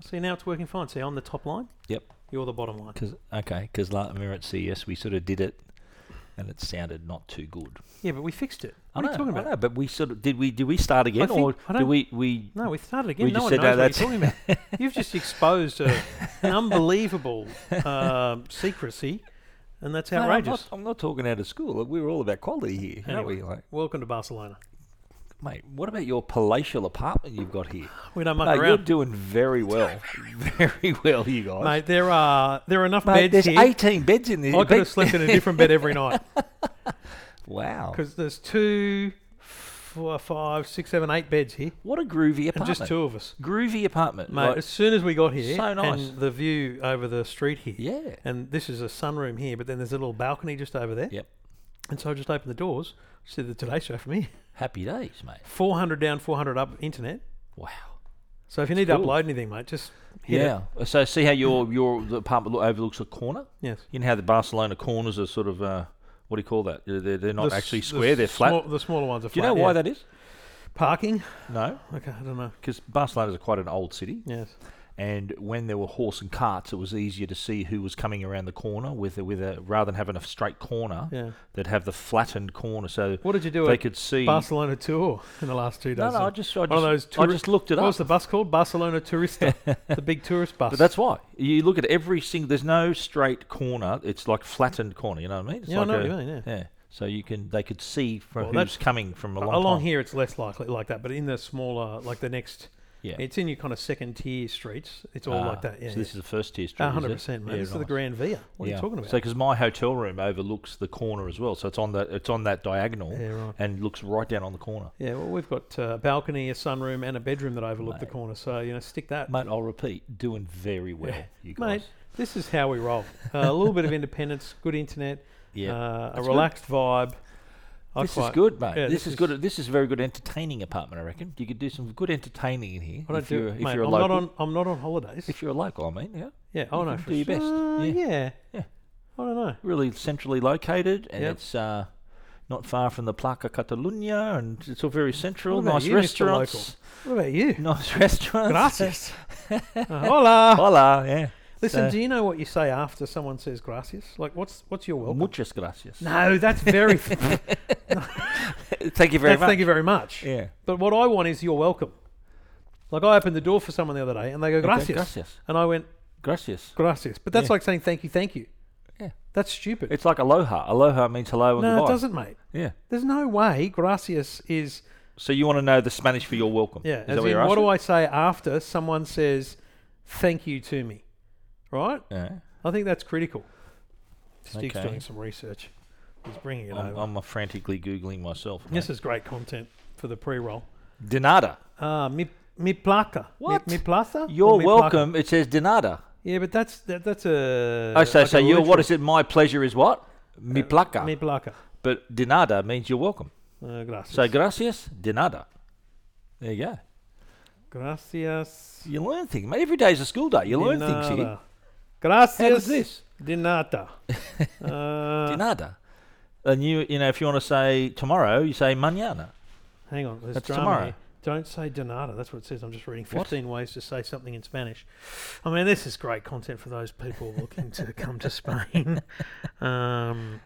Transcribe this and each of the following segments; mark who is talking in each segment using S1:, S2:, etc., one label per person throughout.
S1: See, now it's working fine. See, I'm the top line.
S2: Yep.
S1: You're the bottom line.
S2: Cause, okay, because last we were at CES, we sort of did it, and it sounded not too good.
S1: Yeah, but we fixed it.
S2: I
S1: What
S2: know,
S1: are you talking
S2: I
S1: about?
S2: know, but we sort of did we did we start again
S1: think-
S2: or
S1: I
S2: do
S1: don't-
S2: we we
S1: No, we started again.
S2: We
S1: no
S2: just
S1: one
S2: said,
S1: knows
S2: "No,
S1: what you're talking about. You've just exposed a, an unbelievable um, secrecy, and that's
S2: No, I'm not-
S1: outrageous.
S2: I'm not talking out of school. Like, We were all about quality here, aren't
S1: Anyway.
S2: we? Like,
S1: Welcome to Barcelona.
S2: mate, what about your palatial apartment you've got here?
S1: We don't muck
S2: No, you're
S1: around,
S2: doing very well, very well, you guys.
S1: mate. There are there are enough
S2: Mate,
S1: beds
S2: there's
S1: here.
S2: 18 beds in this.
S1: I could
S2: bed-
S1: have slept in a different bed every night
S2: Wow,
S1: because there's two, four, five, six, seven, eight beds here,
S2: what a groovy
S1: and
S2: apartment!
S1: just two of us,
S2: groovy apartment,
S1: mate.
S2: like-
S1: as soon as we got here,
S2: So nice.
S1: and the view over the street here,
S2: yeah,
S1: and this is a sunroom here, but then there's a little balcony just over there.
S2: Yep.
S1: And so I just opened the doors, see the Today Show for me.
S2: happy days, mate.
S1: 400 down, 400 up internet.
S2: Wow.
S1: So if you need to
S2: cool.
S1: upload anything, mate, just hit it.
S2: Yeah. So see how your your the apartment lo- overlooks a corner.
S1: Yes.
S2: You know how the Barcelona corners are sort of uh, what do you call that? They're, they're- they're not
S1: The s-
S2: actually
S1: the
S2: square; they're flat.
S1: small- the smaller ones are
S2: do you
S1: flat.
S2: know why
S1: yeah.
S2: that is?
S1: Parking?
S2: No,
S1: Okay, I don't know.
S2: because Barcelona is quite an old city,
S1: Yes.
S2: and when there were horse and carts, it was easier to see who was coming around the corner with a, with a rather than having a straight corner,
S1: Yeah.
S2: they'd have the flattened corner so
S1: What did you do
S2: they
S1: at
S2: could see.
S1: Barcelona tour in the last two
S2: no,
S1: days?
S2: no, I just I
S1: One of
S2: just,
S1: those
S2: I
S1: tourist.
S2: just looked it
S1: what
S2: up.
S1: was the bus called? Barcelona Tourista, the big tourist bus.
S2: But that's why you look at every single. There's no straight corner. It's like flattened corner. You know what I mean? It's
S1: yeah,
S2: like
S1: I know what
S2: a-
S1: you mean. Yeah.
S2: Yeah. So you can they could see
S1: Well,
S2: from who's
S1: that's-
S2: coming from a long
S1: Along
S2: time.
S1: here, it's less likely like that, but in the smaller, like the next,
S2: Yeah.
S1: it's in your kind of second tier streets. It's all
S2: Ah,
S1: like that. Yeah,
S2: so this is the first tier street.
S1: one
S2: is
S1: hundred
S2: it?
S1: percent, mate.
S2: Yeah,
S1: this is the
S2: right.
S1: Grand Via. What are
S2: Yeah.
S1: you talking about?
S2: So because my hotel room overlooks the corner as well, so it's on the it's on that diagonal
S1: yeah, right.
S2: and looks right down on the corner.
S1: Yeah, well, we've got uh, a balcony, a sunroom, and a bedroom that overlook the
S2: Mate.
S1: corner. So you know, stick that.
S2: Mate, I'll repeat, doing very well, you guys.
S1: Mate, this is how we roll. Uh, a little bit of independence, good internet,
S2: yeah.
S1: uh, a
S2: good.
S1: relaxed vibe. I
S2: this is
S1: quite-
S2: good, mate.
S1: yeah,
S2: this,
S1: this
S2: is
S1: is-
S2: good. This is very good entertaining apartment, I reckon. You could do some good entertaining in here.
S1: I don't
S2: if you're,
S1: do,
S2: if
S1: mate.
S2: you're a
S1: I'm
S2: local.
S1: not on. I'm not on holidays.
S2: If you're a local, I mean, yeah.
S1: yeah. Oh
S2: you
S1: no.
S2: can
S1: for
S2: do your best.
S1: sure,
S2: Yeah.
S1: yeah.
S2: Yeah.
S1: I don't know.
S2: really centrally located, and
S1: Yep.
S2: it's uh, not far from the Placa Catalunya, and it's all very central.
S1: What about
S2: Nice
S1: you, Mr.
S2: restaurants,
S1: What about you?
S2: nice restaurants.
S1: Gracias. Uh, hola.
S2: Hola, yeah.
S1: Listen,
S2: So-
S1: do you know what you say after someone says gracias? Like, what's what's your welcome?
S2: Muchas gracias.
S1: No, that's very.
S2: Thank you very
S1: that's
S2: much.
S1: Thank you very much.
S2: Yeah.
S1: But what I want is you're welcome. Like I opened the door for someone the other day and they go
S2: Okay,
S1: gracias,
S2: gracias.
S1: and I went
S2: Gracias.
S1: gracias. But that's
S2: Yeah.
S1: like saying thank you, thank you.
S2: Yeah.
S1: That's stupid.
S2: It's like aloha. Aloha means hello and
S1: no,
S2: goodbye.
S1: it doesn't, mate.
S2: Yeah.
S1: There's no way gracias is
S2: So you want to know the Spanish for your welcome?
S1: yeah.
S2: Is
S1: as
S2: that what
S1: in,
S2: you're
S1: what do
S2: asking?
S1: I say after someone says thank you to me? Right?
S2: Yeah.
S1: I think that's critical. Steve's
S2: Okay.
S1: doing some research. He's bringing it
S2: I'm,
S1: over.
S2: I'm frantically googling myself.
S1: this
S2: mate.
S1: is great content for the pre-roll.
S2: de nada.
S1: Ah, mi mi placa. Mi-
S2: What?
S1: Mi, plaza? Or
S2: You're
S1: mi placa? Uh,
S2: welcome. It says de nada.
S1: Yeah, but that's that, that's a.
S2: oh, so
S1: like
S2: so
S1: a
S2: you're
S1: literal-
S2: what is it? My pleasure is what? Mi
S1: Uh,
S2: placa.
S1: Mi placa.
S2: But de nada means you're welcome.
S1: Uh, gracias.
S2: So gracias, de nada. There you go.
S1: gracias.
S2: You learn things. mate. Every day's a school day. You
S1: de
S2: learn things here.
S1: nada.
S2: How
S1: Gracias.
S2: does this?
S1: De nada. Uh,
S2: de nada. And you, you know, if you want to say tomorrow, you say mañana.
S1: Hang on. There's
S2: That's
S1: drama
S2: tomorrow.
S1: here. Don't say de nada. That's what it says. I'm just reading
S2: What?
S1: 15 ways to say something in Spanish. I mean, this is great content for those people looking to come to Spain. Um,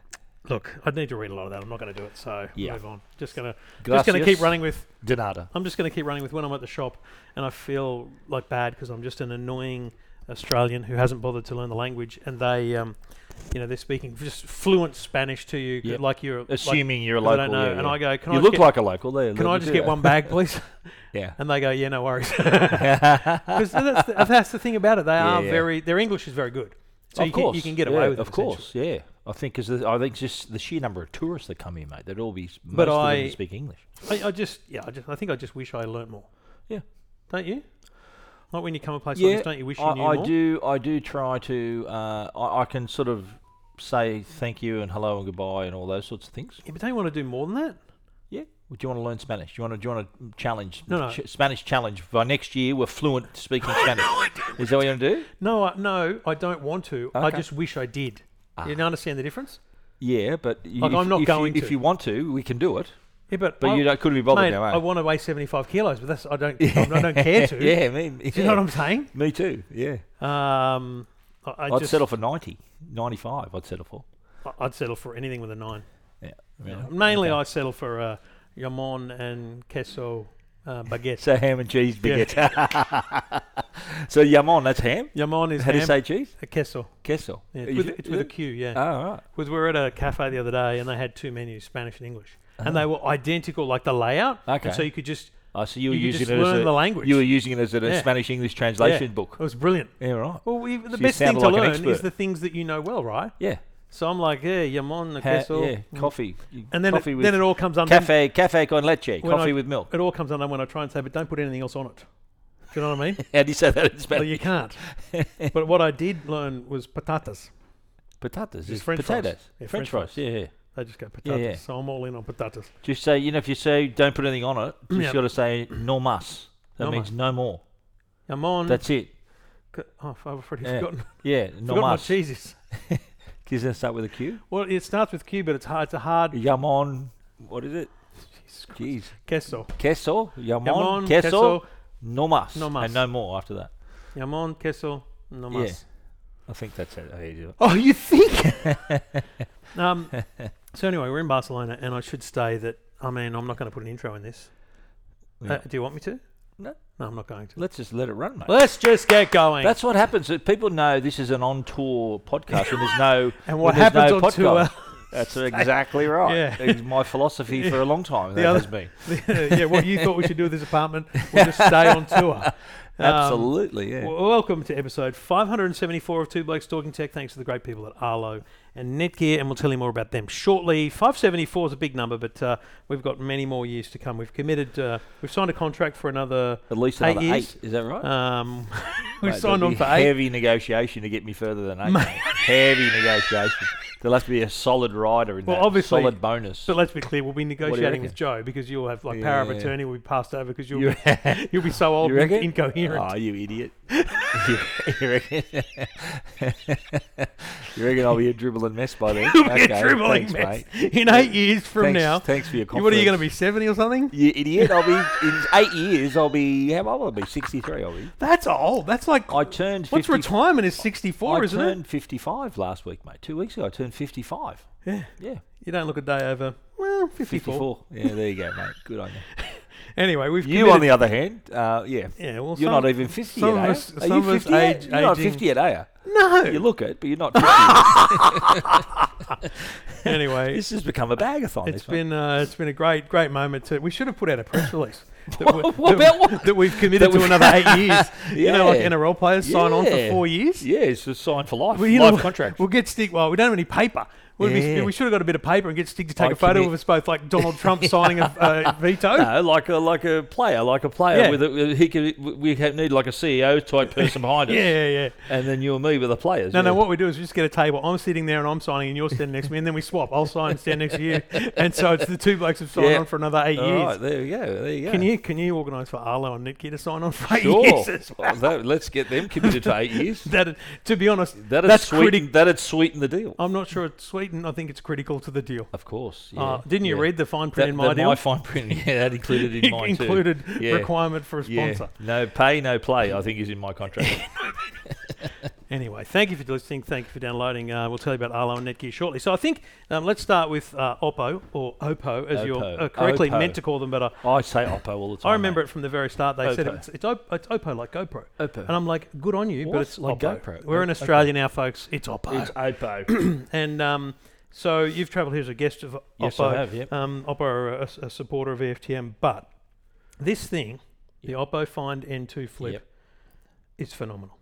S1: look, I'd need to read a lot of that. I'm not going to do it. So
S2: Yeah.
S1: move on. Just going to
S2: Gracias,
S1: just going to keep running with
S2: De nada.
S1: I'm just going to keep running with when I'm at the shop and I feel like bad because I'm just an annoying Australian who hasn't bothered to learn the language and they, um, you know, they're speaking just fluent Spanish to you
S2: Yep.
S1: like you're like-
S2: Assuming you're a
S1: they
S2: local.
S1: don't know.
S2: yeah,
S1: And
S2: yeah.
S1: I go, can
S2: you
S1: I
S2: look
S1: just get,
S2: like a local. There,
S1: can I
S2: let me
S1: just
S2: do
S1: get
S2: that.
S1: one bag, please?
S2: Yeah.
S1: And they go, yeah, no worries. Because that's, the- that's the thing about it. They
S2: Yeah,
S1: are
S2: yeah.
S1: very, their English is very good. So
S2: of
S1: you,
S2: course.
S1: Can, you can get
S2: yeah,
S1: away with it.
S2: Of course, yeah. I think because I think just the sheer number of tourists that come here, mate, they'd all be most
S1: But
S2: of them
S1: I-
S2: would speak English.
S1: essentially. I, I just, yeah, I, just, I think I just wish I learnt more.
S2: Yeah.
S1: Don't you? Like when you come and play
S2: Yeah,
S1: this, don't you wish you
S2: I,
S1: knew
S2: I
S1: more?
S2: do. I do try to. Uh, I, I can sort of say thank you and hello and goodbye and all those sorts of things.
S1: Yeah, but don't you want to do more than that?
S2: Yeah. Well, do you want to learn Spanish? Do you want to? Do you want to challenge?
S1: No, no.
S2: ch- Spanish challenge by next year. We're fluent speaking Spanish. Is that what you want to do?
S1: No, I, no, I don't want to. I
S2: Okay.
S1: just wish I did.
S2: Ah.
S1: You don't understand the difference?
S2: Yeah, but you,
S1: Like,
S2: if,
S1: I'm not
S2: if
S1: going
S2: you,
S1: to.
S2: If you want to, we can do it.
S1: Yeah, but,
S3: But
S1: I,
S3: you don't, couldn't be bothered
S1: mate,
S3: now, eh?
S1: I want to weigh 75 kilos, but that's I don't I don't care to.
S2: yeah, me.
S1: Do you know what I'm saying?
S2: me too. Yeah,
S1: Um, I, I
S2: I would
S1: just,
S2: settle for 90, 95 I'd settle for.
S1: I- I'd settle for anything with a nine.
S2: Really?
S1: Mainly,
S2: Okay.
S1: I settle for uh, jamon and queso uh, baguette.
S2: So ham and cheese baguette. so yamon, that's ham.
S1: Jamon is
S2: How do you
S1: ham,
S2: say cheese?
S1: a queso.
S2: Queso.
S1: Yeah,
S2: You
S1: it's, with,
S2: do-
S1: it's with a Q, yeah.
S2: Oh, all right.
S1: Because we were at a cafe the other day and they had two menus, Spanish and English, and they were identical, like the layout.
S2: Ah. Okay.
S1: And so you could just
S2: Oh, so
S1: you,
S2: you were
S1: could
S2: using
S1: just
S2: it as
S1: learn the
S2: a,
S1: language.
S2: you were using it as a
S1: Yeah.
S2: Spanish English translation book.
S1: it was brilliant.
S2: Yeah, right.
S1: Well, we, the
S2: So you
S1: best thing
S2: sounded
S1: to
S2: like an
S1: learn is
S2: expert.
S1: the things that you know well, right?
S2: Yeah.
S1: So I'm like, yeah, jamon, the
S2: Ha-
S1: queso, Mm.
S2: yeah. Coffee. You-
S1: and then
S2: coffee
S1: it,
S2: with
S1: then it all comes undone.
S2: cafe cafe con leche.
S1: When I-
S2: Coffee with milk.
S1: It all comes undone when I try and say, but don't put anything else on it. Do you know what I mean?
S2: How do you say that in
S1: well,
S2: Spanish?
S1: you can't. but what I did learn was patatas.
S2: Potatoes. It's
S1: French fries.
S2: potatoes.
S1: Yeah,
S2: French,
S1: French
S2: fries.
S1: fries.
S2: Yeah, yeah.
S1: They just go patatas.
S2: Yeah, yeah.
S1: So I'm all in on patatas.
S2: Just say you know if you say don't put anything on it, you
S1: Mm, Yeah.
S2: just got to say no mas. That
S1: No
S2: means
S1: mas.
S2: no more.
S1: Jamon.
S2: That's it.
S1: c- oh, I've already
S2: Yeah.
S1: forgotten,
S2: Yeah, no
S1: forgotten what
S2: mas.
S1: cheese is.
S2: Does that start with a Q?
S1: Well, it starts with Q, but it's hard. It's a hard
S2: Yamon. What is it?
S1: Jesus Christ.
S2: Jeez.
S1: queso.
S2: Queso. Yamon.
S1: Jamon,
S2: Queso.
S1: queso,
S2: No mas.
S1: No mas.
S2: And no more after that.
S1: jamon, queso, no
S2: Yeah.
S1: mas.
S2: I think that's it. Okay, you-
S3: oh, you think?
S1: Um, so anyway, we're in Barcelona, and I should say that I mean I'm not going to put an intro in this.
S2: Yeah.
S1: Uh, do you want me to?
S2: No.
S1: no, I'm not going to.
S2: Let's just let it run, mate.
S1: Let's just get going.
S2: That's what happens. that People know this is an on-tour podcast, and there's no
S1: and what
S2: when there's
S1: happens
S2: no
S1: on
S2: podcast.
S1: tour?
S2: That's exactly right.
S1: Yeah.
S2: It's my philosophy for a long time. That
S1: The other-
S2: has been
S1: yeah, what you thought we should do with this apartment? We'll just stay on tour. Um,
S2: absolutely. Yeah.
S1: w- welcome to episode 574 of Two Blokes Talking Tech. Thanks to the great people at Arlo and Netgear, and we'll tell you more about them shortly. 574 is a big number, but uh, we've got many more years to come. We've committed, uh, we've signed a contract for another.
S2: At least
S1: Eight
S2: another eight.
S1: years?
S2: Is that right?
S1: Um,
S2: Mate,
S1: we've
S2: there'll
S1: signed on
S2: be
S1: for eight.
S2: heavy negotiation to get me further than eight. mate. heavy negotiation. There'll have to be a solid rider in
S1: Well,
S2: that.
S1: obviously-
S2: solid bonus.
S1: But let's be clear, we'll be negotiating
S2: reckon?
S1: with Joe because you'll have like power of
S2: Yeah.
S1: attorney will be passed over because you'll,
S2: You-
S1: be- you'll be so old
S2: You
S1: and
S2: reckon?
S1: incoherent.
S2: Oh, you idiot. you, you reckon? you reckon I'll be a dribbling mess by then?
S1: You'll be
S2: Okay,
S1: a dribbling
S2: thanks,
S1: mess
S2: mate.
S1: in eight years from
S2: Thanks-
S1: now.
S2: Thanks for your confidence.
S1: What are you going to be, 70 or something?
S2: You idiot. I'll be, in eight years, I'll be, how old will I be? 63, I'll be.
S1: That's old. That's like,
S2: I turned
S1: what's
S2: 50
S1: retirement is 64,
S2: I
S1: isn't it?
S2: turned 55 last week, mate. Two weeks ago, I turned 55.
S1: Yeah.
S2: Yeah.
S1: You don't look a day over, well, 54.
S2: 54. Yeah, there you go, mate. Good on you.
S1: Anyway, we've
S2: You, on the other hand, uh, yeah.
S1: Yeah, well,
S2: You're
S1: some-
S2: not even 50
S1: some of
S2: yet, eh?
S1: us-
S2: Are
S1: some
S2: you
S1: of us
S2: 50 yet?
S1: age-
S2: You're not
S1: aging-
S2: 50 yet, are you? You
S1: No.
S2: look it, but you're not 50 yet.
S1: Anyway,
S2: This has become a bagathon.
S1: it's
S2: this one.
S1: been uh, it's been a great great moment. To, we should have put out a press release that, we're-
S2: What
S1: that,
S2: about what?
S1: that we've committed
S2: That we-
S1: to another eight years. You know, like
S2: Yeah.
S1: NRL players sign on for
S2: Yeah.
S1: four years.
S2: Yeah, it's a sign for life.
S1: Well, you
S2: life
S1: know,
S2: contract.
S1: We'll get Stig. Well, we don't have any paper. We'd be-
S2: Yeah.
S1: we should have got a bit of paper and get Stig to take
S2: I
S1: a photo
S2: commit-
S1: of us both, like Donald Trump signing a uh, veto.
S2: No, like a like a player, like a player
S1: Yeah.
S2: with a, with- he could we have need like a CEO type person behind us,
S1: Yeah, yeah, yeah.
S2: and then you and me with the players.
S1: No,
S2: yeah.
S1: no. What we do is we just get a table. I'm sitting there and I'm signing, and you're standing next to me, and then we swap. I'll sign and stand next to you, and so it's the two blokes have signed
S2: Yeah.
S1: on for another eight
S2: All
S1: years.
S2: right, there you go, there you go.
S1: Can you can you organise for Arlo and Nitki to sign on for eight
S2: Sure.
S1: years? as well?
S2: Well, that- let's get them committed to eight years.
S1: That, to be honest,
S2: That'd
S1: That's
S2: sweeten,
S1: critic-
S2: that'd sweeten the deal.
S1: I'm not sure it's Sweden. I think it's critical to the deal.
S2: Of course.
S1: Uh, didn't you
S2: yeah.
S1: read the fine print
S2: that,
S1: in
S2: that
S1: my deal?
S2: fine print? Yeah, that included in mine too.
S1: included
S2: Yeah.
S1: requirement for a
S2: Yeah.
S1: sponsor.
S2: No pay, no play. I think is in my contract.
S1: Anyway, thank you for listening. Thank you for downloading. Uh, we'll tell you about Arlo and Netgear shortly. So I think um, let's start with uh, Oppo or Oppo, as you're
S2: Oppo.
S1: uh, correctly
S2: Oppo.
S1: meant to call them, but uh, I,
S2: I say Oppo all the time.
S1: I remember it from the very start. They said
S2: Oppo.
S1: it's, it's, op- it's Oppo like GoPro.
S2: mate. Oppo.
S1: And I'm like, good on you, but
S2: What?
S1: it's like
S2: Oppo.
S1: GoPro. We're in
S2: Oppo.
S1: Australia now, folks. It's Oppo.
S2: It's Oppo.
S1: and um, so you've travelled here as a guest of
S2: yes,
S1: Oppo.
S2: I have. Yep.
S1: Um, Oppo are a, a supporter of E EFTM, but this thing, the Oppo Find N2 Flip,
S2: Yep.
S1: is phenomenal.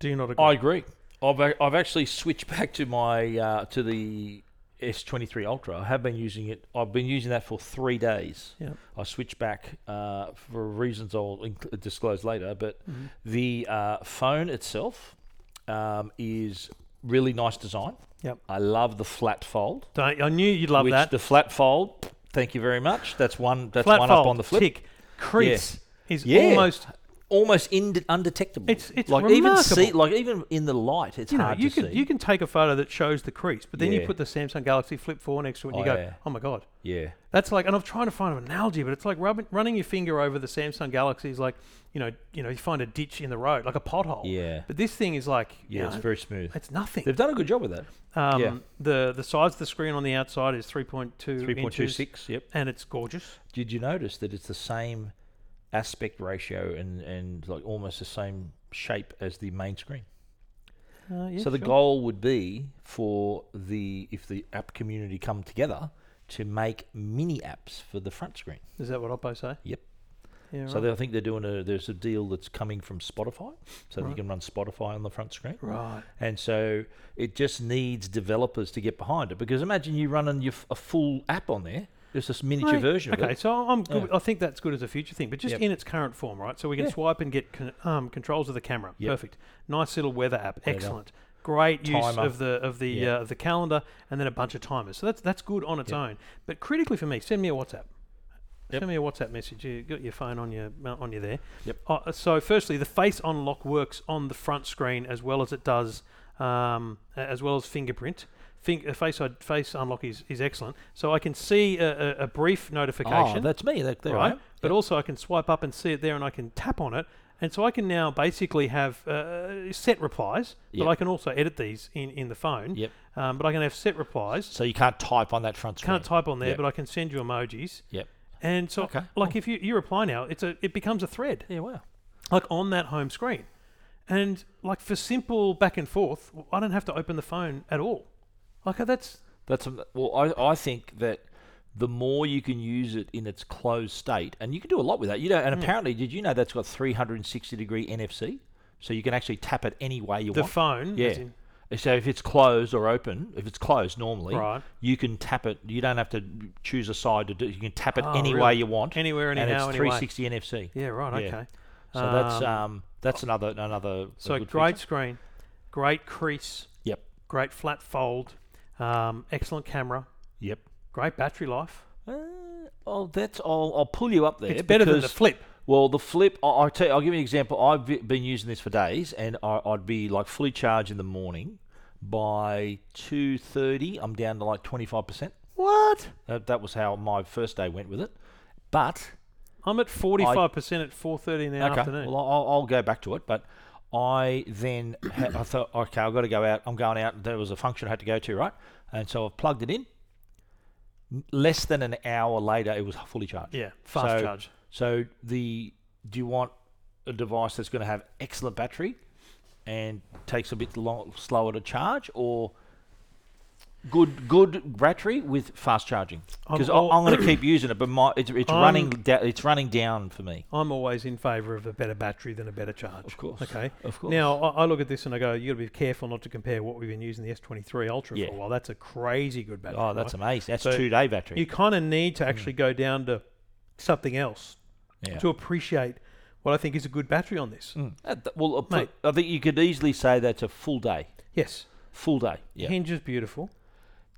S1: Do you not agree?
S2: I agree. I've, ac- I've actually switched back to my uh, to the S23 Ultra. I have been using it. I've been using that for three days.
S1: Yep.
S2: I switched back uh, for reasons I'll inc- disclose later. But
S1: Mhm.
S2: the uh, phone itself um, is really nice design.
S1: Yep.
S2: I love the flat fold.
S1: Don't- I knew you'd love
S2: which
S1: that.
S2: The flat fold. Thank you very much. That's one. That's
S1: Flat
S2: one
S1: fold,
S2: up on the flip.
S1: tick, crease is
S2: Yeah.
S1: almost
S2: almost ind- undetectable.
S1: It's- it's
S2: like even see,
S1: remarkable.
S2: like even in the light, it's
S1: you know,
S2: hard
S1: you
S2: to
S1: can
S2: see.
S1: you can take a photo that shows the crease, but then you
S2: Yeah.
S1: put the Samsung Galaxy Flip Four next to it, and
S2: Oh,
S1: you go,
S2: yeah.
S1: "Oh my god,
S2: yeah,
S1: that's like." And I'm trying to find an analogy, but it's like rubbing, running your finger over the Samsung Galaxy is like, you know, you know, you find a ditch in the road, like a pothole.
S2: yeah,
S1: But this thing is like, you
S2: yeah. It's
S1: know,
S2: very smooth.
S1: it's nothing.
S2: They've done a good job with that.
S1: Um,
S2: Yeah.
S1: The the size of the screen on the outside is 3.2
S2: Three point two
S1: inches,
S2: six. Yep.
S1: and it's gorgeous.
S2: Did you notice that it's the same aspect ratio and and like almost the same shape as the main screen?
S1: Uh, yeah,
S2: so the
S1: sure.
S2: goal would be for the if the app community come together to make mini apps for the front screen.
S1: is that what Oppo say?
S2: Yep.
S1: Yeah,
S2: So
S1: right.
S2: they, I think they're doing a there's a deal that's coming from Spotify, so that you
S1: Right.
S2: can run Spotify on the front screen.
S1: right.
S2: And so it just needs developers to get behind it because imagine you running your, f- a full app on there, just this miniature
S1: Right.
S2: version of
S1: Okay,
S2: it.
S1: so I'm good.
S2: Yeah.
S1: with- I think that's good as a future thing, but just
S2: Yep.
S1: in its current form, right? So we can
S2: Yeah.
S1: swipe and get con- um, controls of the camera.
S2: Yep.
S1: Perfect. Nice little weather app.
S2: There you go.
S1: Excellent. Great use
S2: Timer.
S1: of the of the
S2: Yeah.
S1: uh, of the calendar, and then a bunch of timers. So that's that's good on its
S2: Yep.
S1: own. But critically for me, send me a WhatsApp.
S2: Yep.
S1: Send me a WhatsApp message. You got your phone on your on you there.
S2: Yep.
S1: Uh, so firstly, the face unlock works on the front screen as well as it does um, a- as well as fingerprint. Fing- uh, face ID- face unlock is, is excellent. So I can see a, a, a brief notification
S2: Oh, that's me. That, there I
S1: right?
S2: am.
S1: But
S2: Yep.
S1: also, I can swipe up and see it there, and I can tap on it, and so I can now basically have uh, set replies.
S2: Yep.
S1: But I can also edit these in, in the phone.
S2: Yep.
S1: Um, but I can have set replies.
S2: So you can't type on that front screen.
S1: Can't type on there,
S2: Yep.
S1: but I can send you emojis.
S2: Yep.
S1: And so,
S2: Okay,
S1: like, if you, you reply now, it's a it becomes a thread,
S2: Yeah. Wow.
S1: like on that home screen, and like for simple back and forth, I don't have to open the phone at all. Like that's
S2: That's a, well. I, I think that the more you can use it in its closed state, and you can do a lot with that. You know, and
S1: Hmm.
S2: apparently, did you know that's got 360 degree NFC, so you can actually tap it any way you
S1: the
S2: want.
S1: phone.
S2: yeah.
S1: as in-
S2: so if it's closed or open, if it's closed normally,
S1: Right.
S2: you can tap it. You don't have to choose a side to do. You can tap it
S1: Oh,
S2: any
S1: really?
S2: way you want,
S1: Anywhere,
S2: and it's
S1: anyhow, anyway.
S2: 360 NFC.
S1: Yeah. Right.
S2: Yeah.
S1: Okay.
S2: So that's
S1: Um,
S2: um, that's another another.
S1: So
S2: a good
S1: great
S2: feature.
S1: screen, great crease,
S2: Yep.
S1: great flat fold, um, excellent camera,
S2: Yep.
S1: great battery life.
S2: Uh, oh, that's I'll, I'll pull you up there.
S1: it's better than the
S2: because-
S1: flip.
S2: Well, the flip, I- I'll, tell you, I'll give you an example. I've be- been using this for days, and I, I'd be like fully charged in the morning. By two thirty, I'm down to like twenty five percent.
S1: What?
S2: That that was how my first day went with it. But
S1: I'm at 45% at 4:30 in the
S2: okay,
S1: afternoon.
S2: well, I'll, I'll go back to it. But I then ha- I thought, okay, I've got to go out. I'm going out. There was a function I had to go to, right? And so I've plugged it in. N- Less than an hour later, it was fully charged.
S1: yeah, fast
S2: so-
S1: charge.
S2: So the do you want a device that's going to have excellent battery and takes a bit long, slower to charge, or good good battery with fast charging?
S1: I'm
S2: Because I'm,
S1: all-
S2: I'm going to keep using it, but my it's, it's
S1: Um, I'm-
S2: running da- it's running down for me.
S1: I'm always in favour of a better battery than a better charge.
S2: Of course.
S1: Okay.
S2: Of course.
S1: Now I, I look at this and I go, you got to be careful not to compare what we've been using the S23 Ultra
S2: Yeah.
S1: for a while. That's a crazy good battery.
S2: oh, that's
S1: right?
S2: amazing. That's
S1: So
S2: two day battery.
S1: you kind of need to actually go down to something else
S2: yeah.
S1: to appreciate what I think is a good battery on this.
S2: Mm. Uh, th- well, uh, put-
S1: Mate.
S2: I think you could easily say that's a full day.
S1: Yes.
S2: Full day. Yeah.
S1: Hinge is beautiful.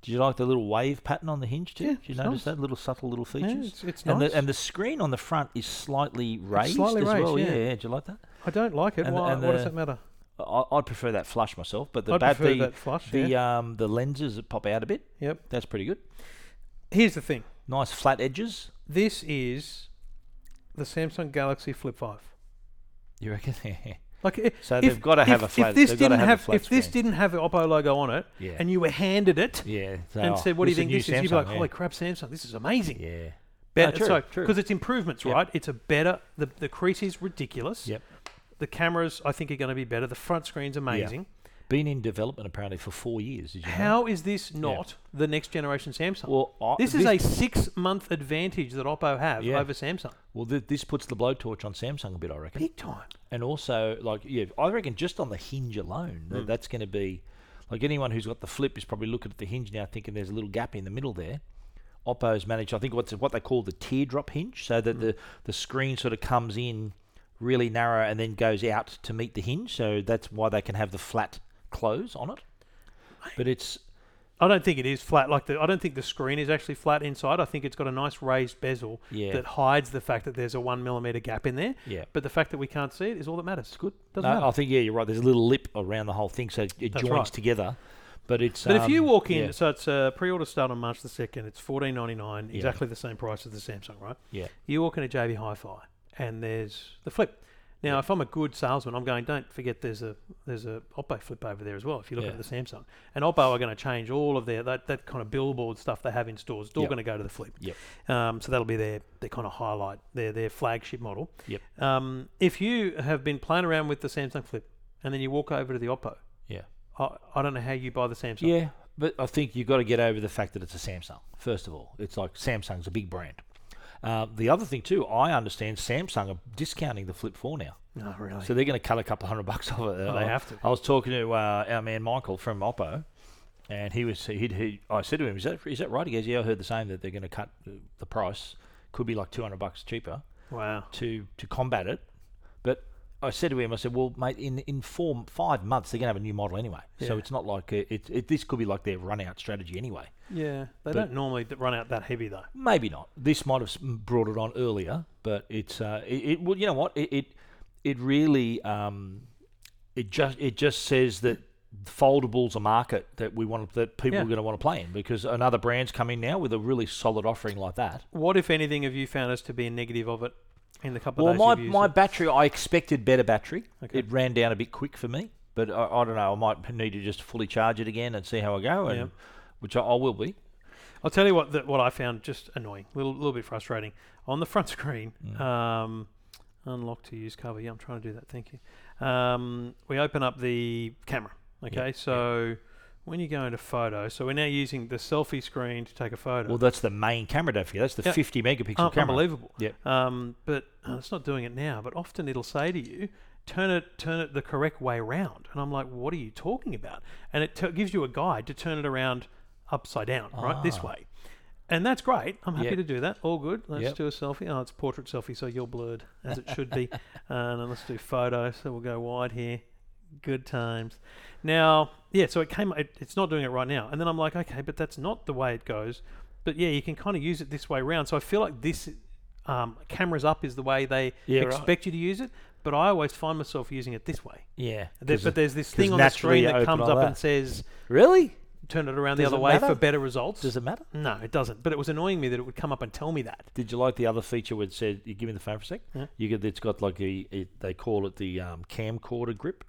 S2: Did you like the little wave pattern on the hinge too?
S1: Yeah,
S2: Did you
S1: it's
S2: notice
S1: nice.
S2: that little subtle little
S1: Yeah,
S2: features?
S1: it's, it's
S2: And,
S1: nice.
S2: the, and the screen on the front is slightly raised
S1: slightly
S2: as
S1: raised,
S2: well.
S1: yeah.
S2: Yeah. yeah, do you like that?
S1: I don't like it.
S2: and the-
S1: Why,
S2: and
S1: what does
S2: the-
S1: that matter?
S2: I, I'd prefer that flush myself, but the
S1: I
S2: bad
S1: prefer
S2: the,
S1: that flush.
S2: the
S1: yeah.
S2: um the lenses that pop out a bit.
S1: Yep.
S2: That's pretty good.
S1: Here's the thing.
S2: Nice flat edges.
S1: This is the Samsung Galaxy Flip 5.
S2: You reckon?
S1: Like, i-
S2: so
S1: if-
S2: they've got to have a
S1: if,
S2: flat.
S1: if this
S2: they've gotta
S1: didn't
S2: have, a
S1: have,
S2: flat
S1: if this
S2: screen.
S1: didn't have the Oppo logo on it,
S2: yeah,
S1: and you were handed it
S2: yeah, so,
S1: and
S2: oh,
S1: said, "What do you
S2: this
S1: think
S2: new
S1: this is?" You'd be like,
S2: Samsung,
S1: "Holy crap, Samsung! This is amazing."
S2: yeah. yeah,
S1: Better,
S2: true,
S1: so,
S2: true.
S1: Because it's improvements,
S2: Yep.
S1: right? It's a better. The the crease is ridiculous.
S2: Yep.
S1: The cameras, I think, are going to be better. The front screen's amazing.
S2: been in development apparently for four years. Did you know?
S1: How is this not the next generation Samsung?
S2: Well, I,
S1: This, is a six-month advantage that Oppo have
S2: Yeah.
S1: over Samsung.
S2: well. Th- this puts the blowtorch on Samsung a bit, I reckon.
S1: Big time.
S2: And also, like, yeah, I reckon just on the hinge alone,
S1: Hmm.
S2: th- that's going to be like anyone who's got the flip is probably looking at the hinge now, thinking there's a little gap in the middle there. Oppo's managed, I think, what's what they call the teardrop hinge, so that
S1: Hmm.
S2: the the screen sort of comes in really narrow and then goes out to meet the hinge. So that's why they can have the flat close on it. But it's
S1: I don't think it is flat. Like the, I don't think the screen is actually flat inside. I think it's got a nice raised bezel
S2: Yeah.
S1: that hides the fact that there's a one millimeter gap in there.
S2: Yeah.
S1: But the fact that we can't see it is all that matters. It's good. Doesn't
S2: No,
S1: matter.
S2: I think yeah, you're right. There's a little lip around the whole thing, so it it
S1: That's
S2: joins
S1: right.
S2: together. But it's
S1: But if you
S2: um,
S1: walk in,
S2: yeah,
S1: so it's uh, pre-order start on March the second. It's fourteen ninety nine,
S2: Yeah.
S1: exactly the same price as the Samsung, right?
S2: yeah,
S1: You walk into JB Hi-Fi, and there's the flip. Now, if I'm a good salesman, I'm going. Don't forget, there's a there's a Oppo flip over there as well. If you look
S2: Yeah.
S1: at the Samsung, and Oppo are going to change all of their that, that kind of billboard stuff they have in stores. It's all
S2: Yep.
S1: going to go to the flip.
S2: Yep.
S1: Um, so that'll be their their kind of highlight, their their flagship model.
S2: Yep.
S1: Um, if you have been playing around with the Samsung flip, and then you walk over to the Oppo,
S2: yeah,
S1: I, I don't know how you buy the Samsung.
S2: yeah. But I think you've got to get over the fact that it's a Samsung. First of all, it's like Samsung's a big brand. Uh, the other thing too, I understand Samsung are discounting the Flip Four now,
S1: No, really.
S2: so they're going to cut a couple hundred bucks off it.
S1: Well, Oh, they have to.
S2: I was talking to uh, our man Michael from Oppo, and he was he, he I said to him, "Is that is that right?" He goes, "Yeah, I heard the same that they're going to cut the price. Could be like two hundred bucks cheaper."
S1: Wow.
S2: to to combat it. But I said to him, I said, well, mate, in in four five months they're gonna have a new model anyway, so
S1: Yeah.
S2: it's not like a, it, it. This could be like their run out strategy anyway.
S1: Yeah. They don't normally d- run out that heavy though.
S2: Maybe not. This might have s- brought it on earlier, but it's uh, it, it. Well, you know what? It it, it really um, it just it just says that foldables a market that we want that people
S1: Yeah.
S2: are going to want to play in because another brand's come in now with a really solid offering like that.
S1: What, if anything, have you found us to be a negative of it in the couple
S2: Well,
S1: of days
S2: my,
S1: you've used
S2: my
S1: it?
S2: battery, I expected better battery.
S1: Okay.
S2: It ran down a bit quick for me, but I, I don't know. I might need to just fully charge it again and see how I go, and
S1: Yeah.
S2: which I, I will be.
S1: I'll tell you what that what I found just annoying, a little, little bit frustrating on the front screen.
S2: Mm.
S1: Um, unlock to use cover. Yeah, I'm trying to do that. Thank you. Um, we open up the camera. Okay, so when you go into photo, so we're now using the selfie screen to take a photo.
S2: Well, that's the main camera. Don't forget, that's the
S1: Yeah.
S2: 50 megapixel
S1: Un-
S2: camera.
S1: unbelievable.
S2: Yep.
S1: Um, but uh, it's not doing it now. But often it'll say to you, "Turn it, turn it the correct way round." And I'm like, "What are you talking about?" And it t- gives you a guide to turn it around upside down, right this way. And that's great. I'm happy
S2: Yep.
S1: to do that. All good. Let's
S2: Yep.
S1: do a selfie. Oh, it's portrait selfie, so you're blurred as it should be. Uh, and then let's do photo. So we'll go wide here. Good times. Now, yeah. So it came. It, it's not doing it right now. And then I'm like, okay, but that's not the way it goes. But yeah, you can kind of use it this way round. So I feel like this um, cameras up is the way they
S2: Yeah, right.
S1: expect you to use it. But I always find myself using it this way.
S2: Yeah.
S1: There,
S2: 'cause
S1: but
S2: it-
S1: there's this
S2: 'cause
S1: thing on the
S2: naturally
S1: screen
S2: you
S1: that
S2: open
S1: comes
S2: like
S1: up
S2: that.
S1: and says,
S2: really?
S1: "Turn it around the
S2: Does it
S1: other way
S2: matter?
S1: for better results."
S2: Does it matter?
S1: no, it doesn't. But it was annoying me that it would come up and tell me that.
S2: Did you like the other feature where it said, "You give me the phone for a sec"?
S1: Yeah.
S2: You get it's got like a it, they call it the um, camcorder grip,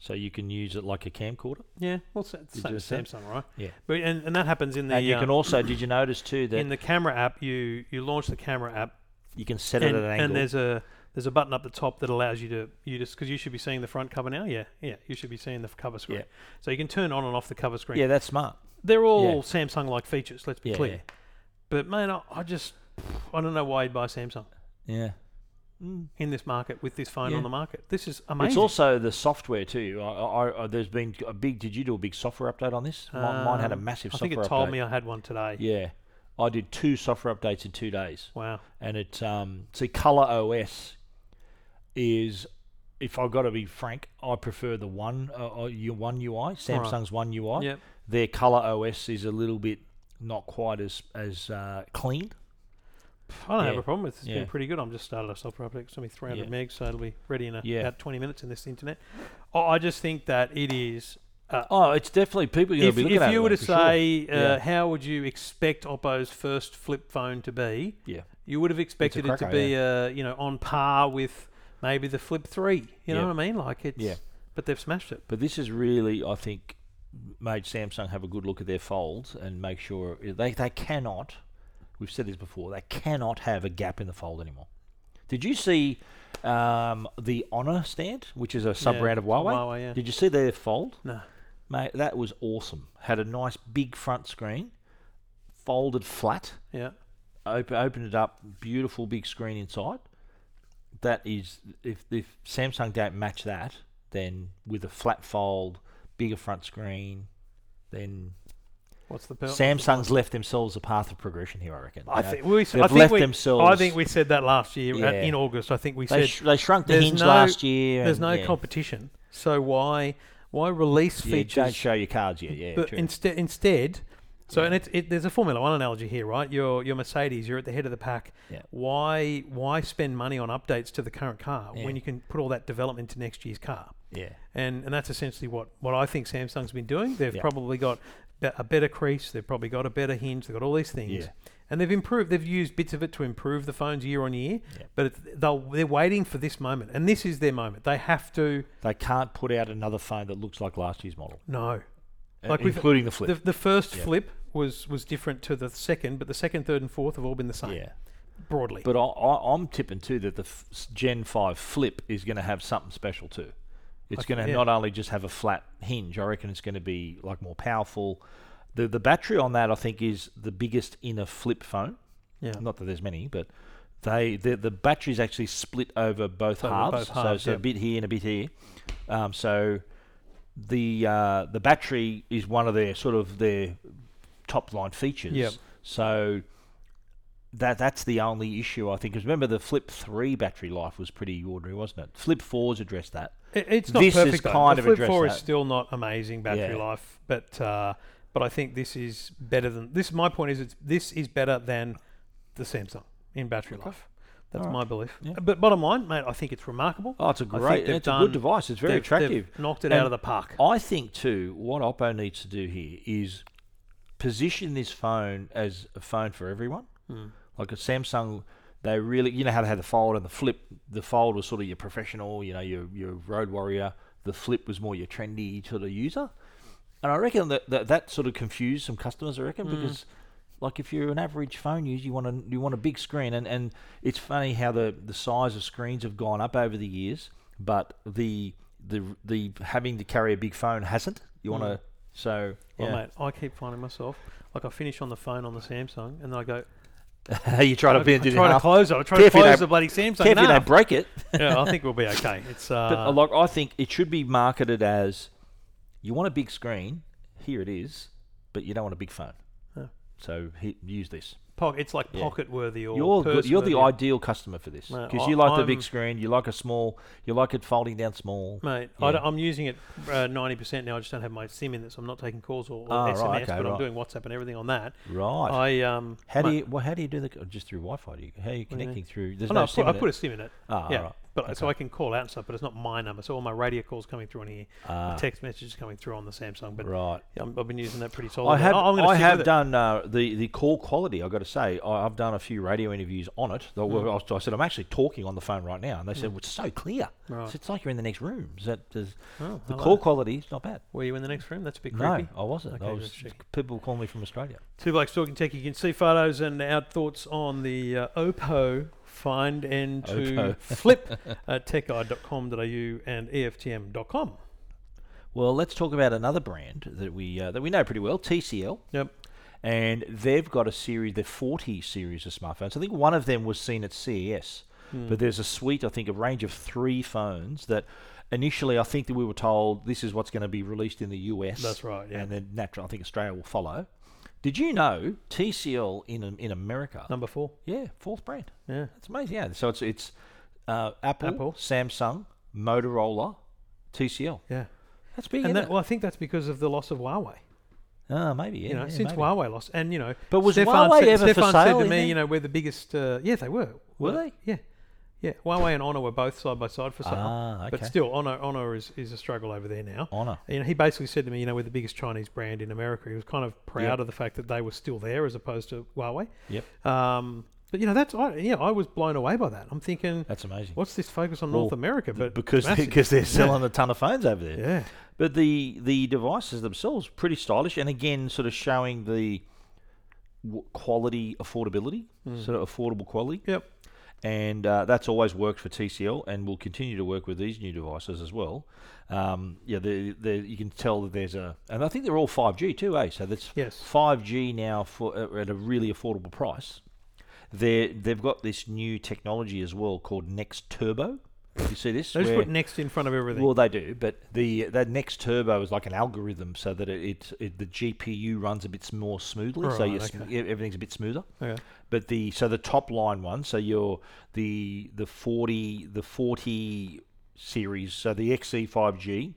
S2: so you can use it like a camcorder.
S1: Yeah, well, it's, it's
S2: You
S1: same-
S2: just said.
S1: Samsung, right?
S2: Yeah.
S1: But, and, and that happens in the
S2: and you
S1: uh,
S2: can also, did you notice too that
S1: in the camera app. You you launch the camera app,
S2: you can set
S1: and,
S2: it at an angle?
S1: and there's a there's a button up the top that allows you to you just because you should be seeing the front cover now. Yeah, yeah, you should be seeing the cover screen.
S2: Yeah.
S1: So you can turn on and off the cover screen.
S2: yeah, that's smart.
S1: They're all Samsung-like features. Let's be
S2: Yeah,
S1: clear.
S2: yeah.
S1: But man, I, I just I don't know why you'd buy Samsung
S2: Yeah.
S1: in this market with this phone
S2: Yeah.
S1: on the market. This is amazing.
S2: It's also the software too. I, I, I, there's been a big. Did you do a big software update on this? Mine, mine had a
S1: Um,
S2: massive.
S1: I think
S2: software
S1: it told
S2: update.
S1: me I had one today.
S2: Yeah, I did two software updates in two days,
S1: Wow.
S2: and it um, see Color OS is. If I've got to be frank, I prefer the one uh, uh, U- one UI, Samsung's one UI.
S1: Yep.
S2: Their Color OS is a little bit not quite as as uh, clean.
S1: I don't have
S2: Yeah.
S1: a problem with it. It's
S2: Yeah.
S1: been pretty good. I'm just started a software update. It's only 300
S2: Yeah.
S1: meg, so it'll be ready in a,
S2: Yeah.
S1: about 20 minutes in this internet. I I just think that it is. Uh,
S2: Oh, it's definitely people are going
S1: if
S2: to be looking
S1: if
S2: at.
S1: you
S2: it
S1: were to
S2: for sure.
S1: say, uh,
S2: Yeah.
S1: how would you expect Oppo's first flip phone to be?
S2: yeah,
S1: You would have expected it to
S2: cracker,
S1: be, uh, you know, on par with maybe the Flip Three. You know
S2: Yeah.
S1: what I mean? Like it's.
S2: Yeah.
S1: But they've smashed it.
S2: But this has really, I think, made Samsung have a good look at their folds and make sure they, they cannot, we've said this before, they cannot have a gap in the fold anymore. Did you see um, the Honor stand, which is a sub
S1: Yeah,
S2: brand of
S1: it's a
S2: Huawei?
S1: Huawei, yeah.
S2: Did you see their fold?
S1: No.
S2: Mate, that was awesome. Had a nice big front screen, folded flat,
S1: Yeah.
S2: open, opened it up, beautiful big screen inside. That is, if, if Samsung don't match that, then with a flat fold, bigger front screen, then
S1: What's the purpose?
S2: Samsung's left themselves a path of progression here, I reckon.
S1: I
S2: You know,
S1: think we. I
S2: they've
S1: think
S2: left
S1: we,
S2: themselves.
S1: I think we said that last year uh,
S2: Yeah.
S1: in August. I think we
S2: they,
S1: said
S2: sh- they shrunk the
S1: there's
S2: hinge
S1: no-
S2: last year.
S1: There's
S2: and-
S1: no
S2: yeah.
S1: competition. So why Why release
S2: Yeah, don't
S1: features?
S2: show your cards yet. Yeah,
S1: but
S2: true.
S1: instead, instead, so
S2: Yeah.
S1: and it's it, there's a Formula One analogy here, right? You're you're Mercedes, you're at the head of the pack.
S2: Yeah.
S1: Why why spend money on updates to the current car
S2: Yeah.
S1: when you can put all that development to next year's car?
S2: yeah,
S1: and and that's essentially what what I think Samsung's been doing. They've
S2: Yeah.
S1: probably got be- a better crease. They've probably got a better hinge. They've got all these things,
S2: Yeah.
S1: and they've improved. They've used bits of it to improve the phones year on year.
S2: Yeah.
S1: But it's, they'll, they're waiting for this moment, and this is their moment. They have to
S2: they can't put out another phone that looks like last year's model,
S1: know. Like
S2: like
S1: we've-
S2: including the flip.
S1: The, the first
S2: Yeah.
S1: flip was was different to the second, but the second, third, and fourth have all been the same
S2: yeah,
S1: broadly.
S2: but I, I, I'm tipping too that the f- Gen Five flip is going to have something special too. It's
S1: Okay,
S2: going to
S1: yeah.
S2: not only just have a flat hinge. I reckon it's going to be like more powerful. The the battery on that I think is the biggest in a flip phone.
S1: yeah.
S2: Not that there's many, but they the the batteries actually split over both
S1: Over
S2: halves.
S1: both halves,
S2: so so
S1: yeah.
S2: a bit here and a bit here. Um, so the uh, the battery is one of their sort of their top line features.
S1: Yep.
S2: So that that's the only issue I think. Because remember the Flip Three battery life was pretty ordinary, wasn't it? Flip Fours addressed that.
S1: It, it's not
S2: This is
S1: perfect. though.
S2: kind
S1: the
S2: of
S1: Flip
S2: addressed
S1: Four is
S2: that.
S1: still not amazing battery
S2: Yeah.
S1: life, but uh, but I think this is better than this. My point is, it's this is better than the Samsung in battery life. That's
S2: All right.
S1: my belief.
S2: Yeah.
S1: But bottom line, mate, I think it's remarkable.
S2: Oh, it's a
S1: think
S2: great.
S1: they've
S2: It's a
S1: done-
S2: good device. It's very
S1: They've- they've
S2: attractive.
S1: knocked it
S2: And
S1: out of the park.
S2: I think too, what Oppo needs to do here is position this phone as a phone for everyone. Like a Samsung, they really, you know how they had the fold and the flip. The fold was sort of your professional, you know, your your road warrior. The flip was more your trendy sort of user. And I reckon that that, that sort of confused some customers. I reckon
S1: Mm.
S2: because. Like if you're an average phone user, you want a you want a big screen, and, and it's funny how the, the size of screens have gone up over the years, but the the the having to carry a big phone hasn't. You want to so
S1: Mm. Well,
S2: yeah.
S1: mate, I keep finding myself like I finish on the phone on the Samsung, and then I go.
S2: you try
S1: I,
S2: to
S1: I
S2: be
S1: try
S2: into
S1: to
S2: half.
S1: close it. I try
S2: Care
S1: to
S2: if you
S1: close
S2: don't-
S1: the bloody Samsung.
S2: Care if you
S1: now.
S2: don't break it.
S1: yeah, I think we'll be okay. It's uh,
S2: But uh, like I think it should be marketed as you want a big screen. Here it is, but you don't want a big phone.
S1: Yeah.
S2: So he, use this.
S1: po- it's like
S2: yeah.
S1: pocket worthy or
S2: You're good, you're
S1: purse-worthy
S2: the
S1: or-
S2: ideal customer for this
S1: Mate,
S2: because
S1: I-
S2: you like the
S1: I'm-
S2: big screen. You like a small. You like it folding down small.
S1: Mate,
S2: Yeah.
S1: I am using it uh, ninety percent now. I just don't have my SIM in it, so I'm not taking calls or, or
S2: Ah, right,
S1: SMS,
S2: okay,
S1: but I'm
S2: right.
S1: doing WhatsApp and everything on that.
S2: Right.
S1: I um,
S2: how
S1: mate,
S2: do you? Well, how do you do the? oh, Just through Wi-Fi? Do you, how are you
S1: do you mean?
S2: connecting through? There's
S1: Oh,
S2: no
S1: no, I, put,
S2: SIM
S1: I
S2: in it.
S1: put a SIM in it.
S2: Ah,
S1: yeah,
S2: right.
S1: but so
S2: okay.
S1: I can call out and stuff, but it's not my number, so all my radio calls coming through on here,
S2: Ah,
S1: text messages coming through on the Samsung. But
S2: right.
S1: yeah, I'm, I've been using that pretty solid.
S2: I have,
S1: Oh, I'm gonna
S2: I
S1: stick
S2: have
S1: with it.
S2: done uh, the the call quality. I've got to say, I, I've done a few radio interviews on it. Though I
S1: Hmm.
S2: was- I said I'm actually talking on the phone right now, and they said well, it's so clear.
S1: Right.
S2: So it's like you're in the next room. Is that is,
S1: Oh,
S2: the
S1: hello.
S2: call quality is not bad.
S1: Were you in the next room? That's a bit creepy.
S2: No, I wasn't.
S1: Okay,
S2: I
S1: good
S2: was
S1: check.
S2: people calling me from Australia.
S1: Two blokes talking tech. You can see photos and our thoughts on the uh, Oppo find and to
S2: Oppo.
S1: flip at techguide.com.au and E EFTM.com.
S2: Well, let's talk about another brand that we uh, that we know pretty well, TCL.
S1: Yep.
S2: and they've got a series, their 40 series of smartphones. I think one of them was seen at CES,
S1: Hmm.
S2: but there's a suite, I think, a range of three phones that initially I think that we were told this is what's going to be released in the US.
S1: That's right, yeah.
S2: And then natural, I think Australia will follow. Did you know TCL in in America?
S1: Number four.
S2: Yeah, fourth brand.
S1: Yeah.
S2: That's amazing. Yeah, so it's it's uh, Apple,
S1: Apple.
S2: Samsung, Motorola, TCL.
S1: Yeah.
S2: That's big.
S1: And
S2: isn't
S1: that,
S2: it?
S1: well, I think that's because of the loss of Huawei.
S2: Ah, maybe. Yeah,
S1: you know,
S2: yeah,
S1: since
S2: maybe.
S1: Huawei lost, and you know,
S2: But was
S1: Stefan
S2: Huawei
S1: said,
S2: ever for
S1: Stefan
S2: sale,
S1: said
S2: you
S1: to me,
S2: think?
S1: you know, we're the biggest. Uh, yeah, they were.
S2: Were they?
S1: Yeah, yeah. Huawei and Honor were both side by side for sale,
S2: Ah, okay.
S1: but still, Honor Honor is, is a struggle over there now.
S2: Honor.
S1: You know, he basically said to me, you know, we're the biggest Chinese brand in America. He was kind of proud
S2: Yep.
S1: of the fact that they were still there as opposed to Huawei.
S2: Yep.
S1: Um, but you know, that's I, yeah, I was blown away by that. I'm thinking,
S2: That's amazing.
S1: what's this focus on
S2: Well,
S1: North America? But
S2: because
S1: it's
S2: they,
S1: massive.
S2: because they're
S1: Yeah.
S2: selling a ton of phones over there.
S1: Yeah,
S2: But the the devices themselves pretty stylish, and again, sort of showing the w- quality affordability,
S1: Hmm.
S2: sort of affordable quality,
S1: yep.
S2: and uh, that's always worked for TCL, and will continue to work with these new devices as well. Um, yeah, the, the, you can tell that there's a, and I think they're all five G too, eh? So that's
S1: Yes.
S2: five G now for uh, at a really affordable price. They they've got this new technology as well called Next Turbo. You see this?
S1: They just
S2: Where-
S1: put next in front of everything.
S2: well, they do, but the that next turbo is like an algorithm, so that it, it, it the GPU runs a bit s- more smoothly, so
S1: Right,
S2: your sm- e- everything's a bit smoother.
S1: okay.
S2: But the so the top line one, so your the the forty the forty series, so the XE five G,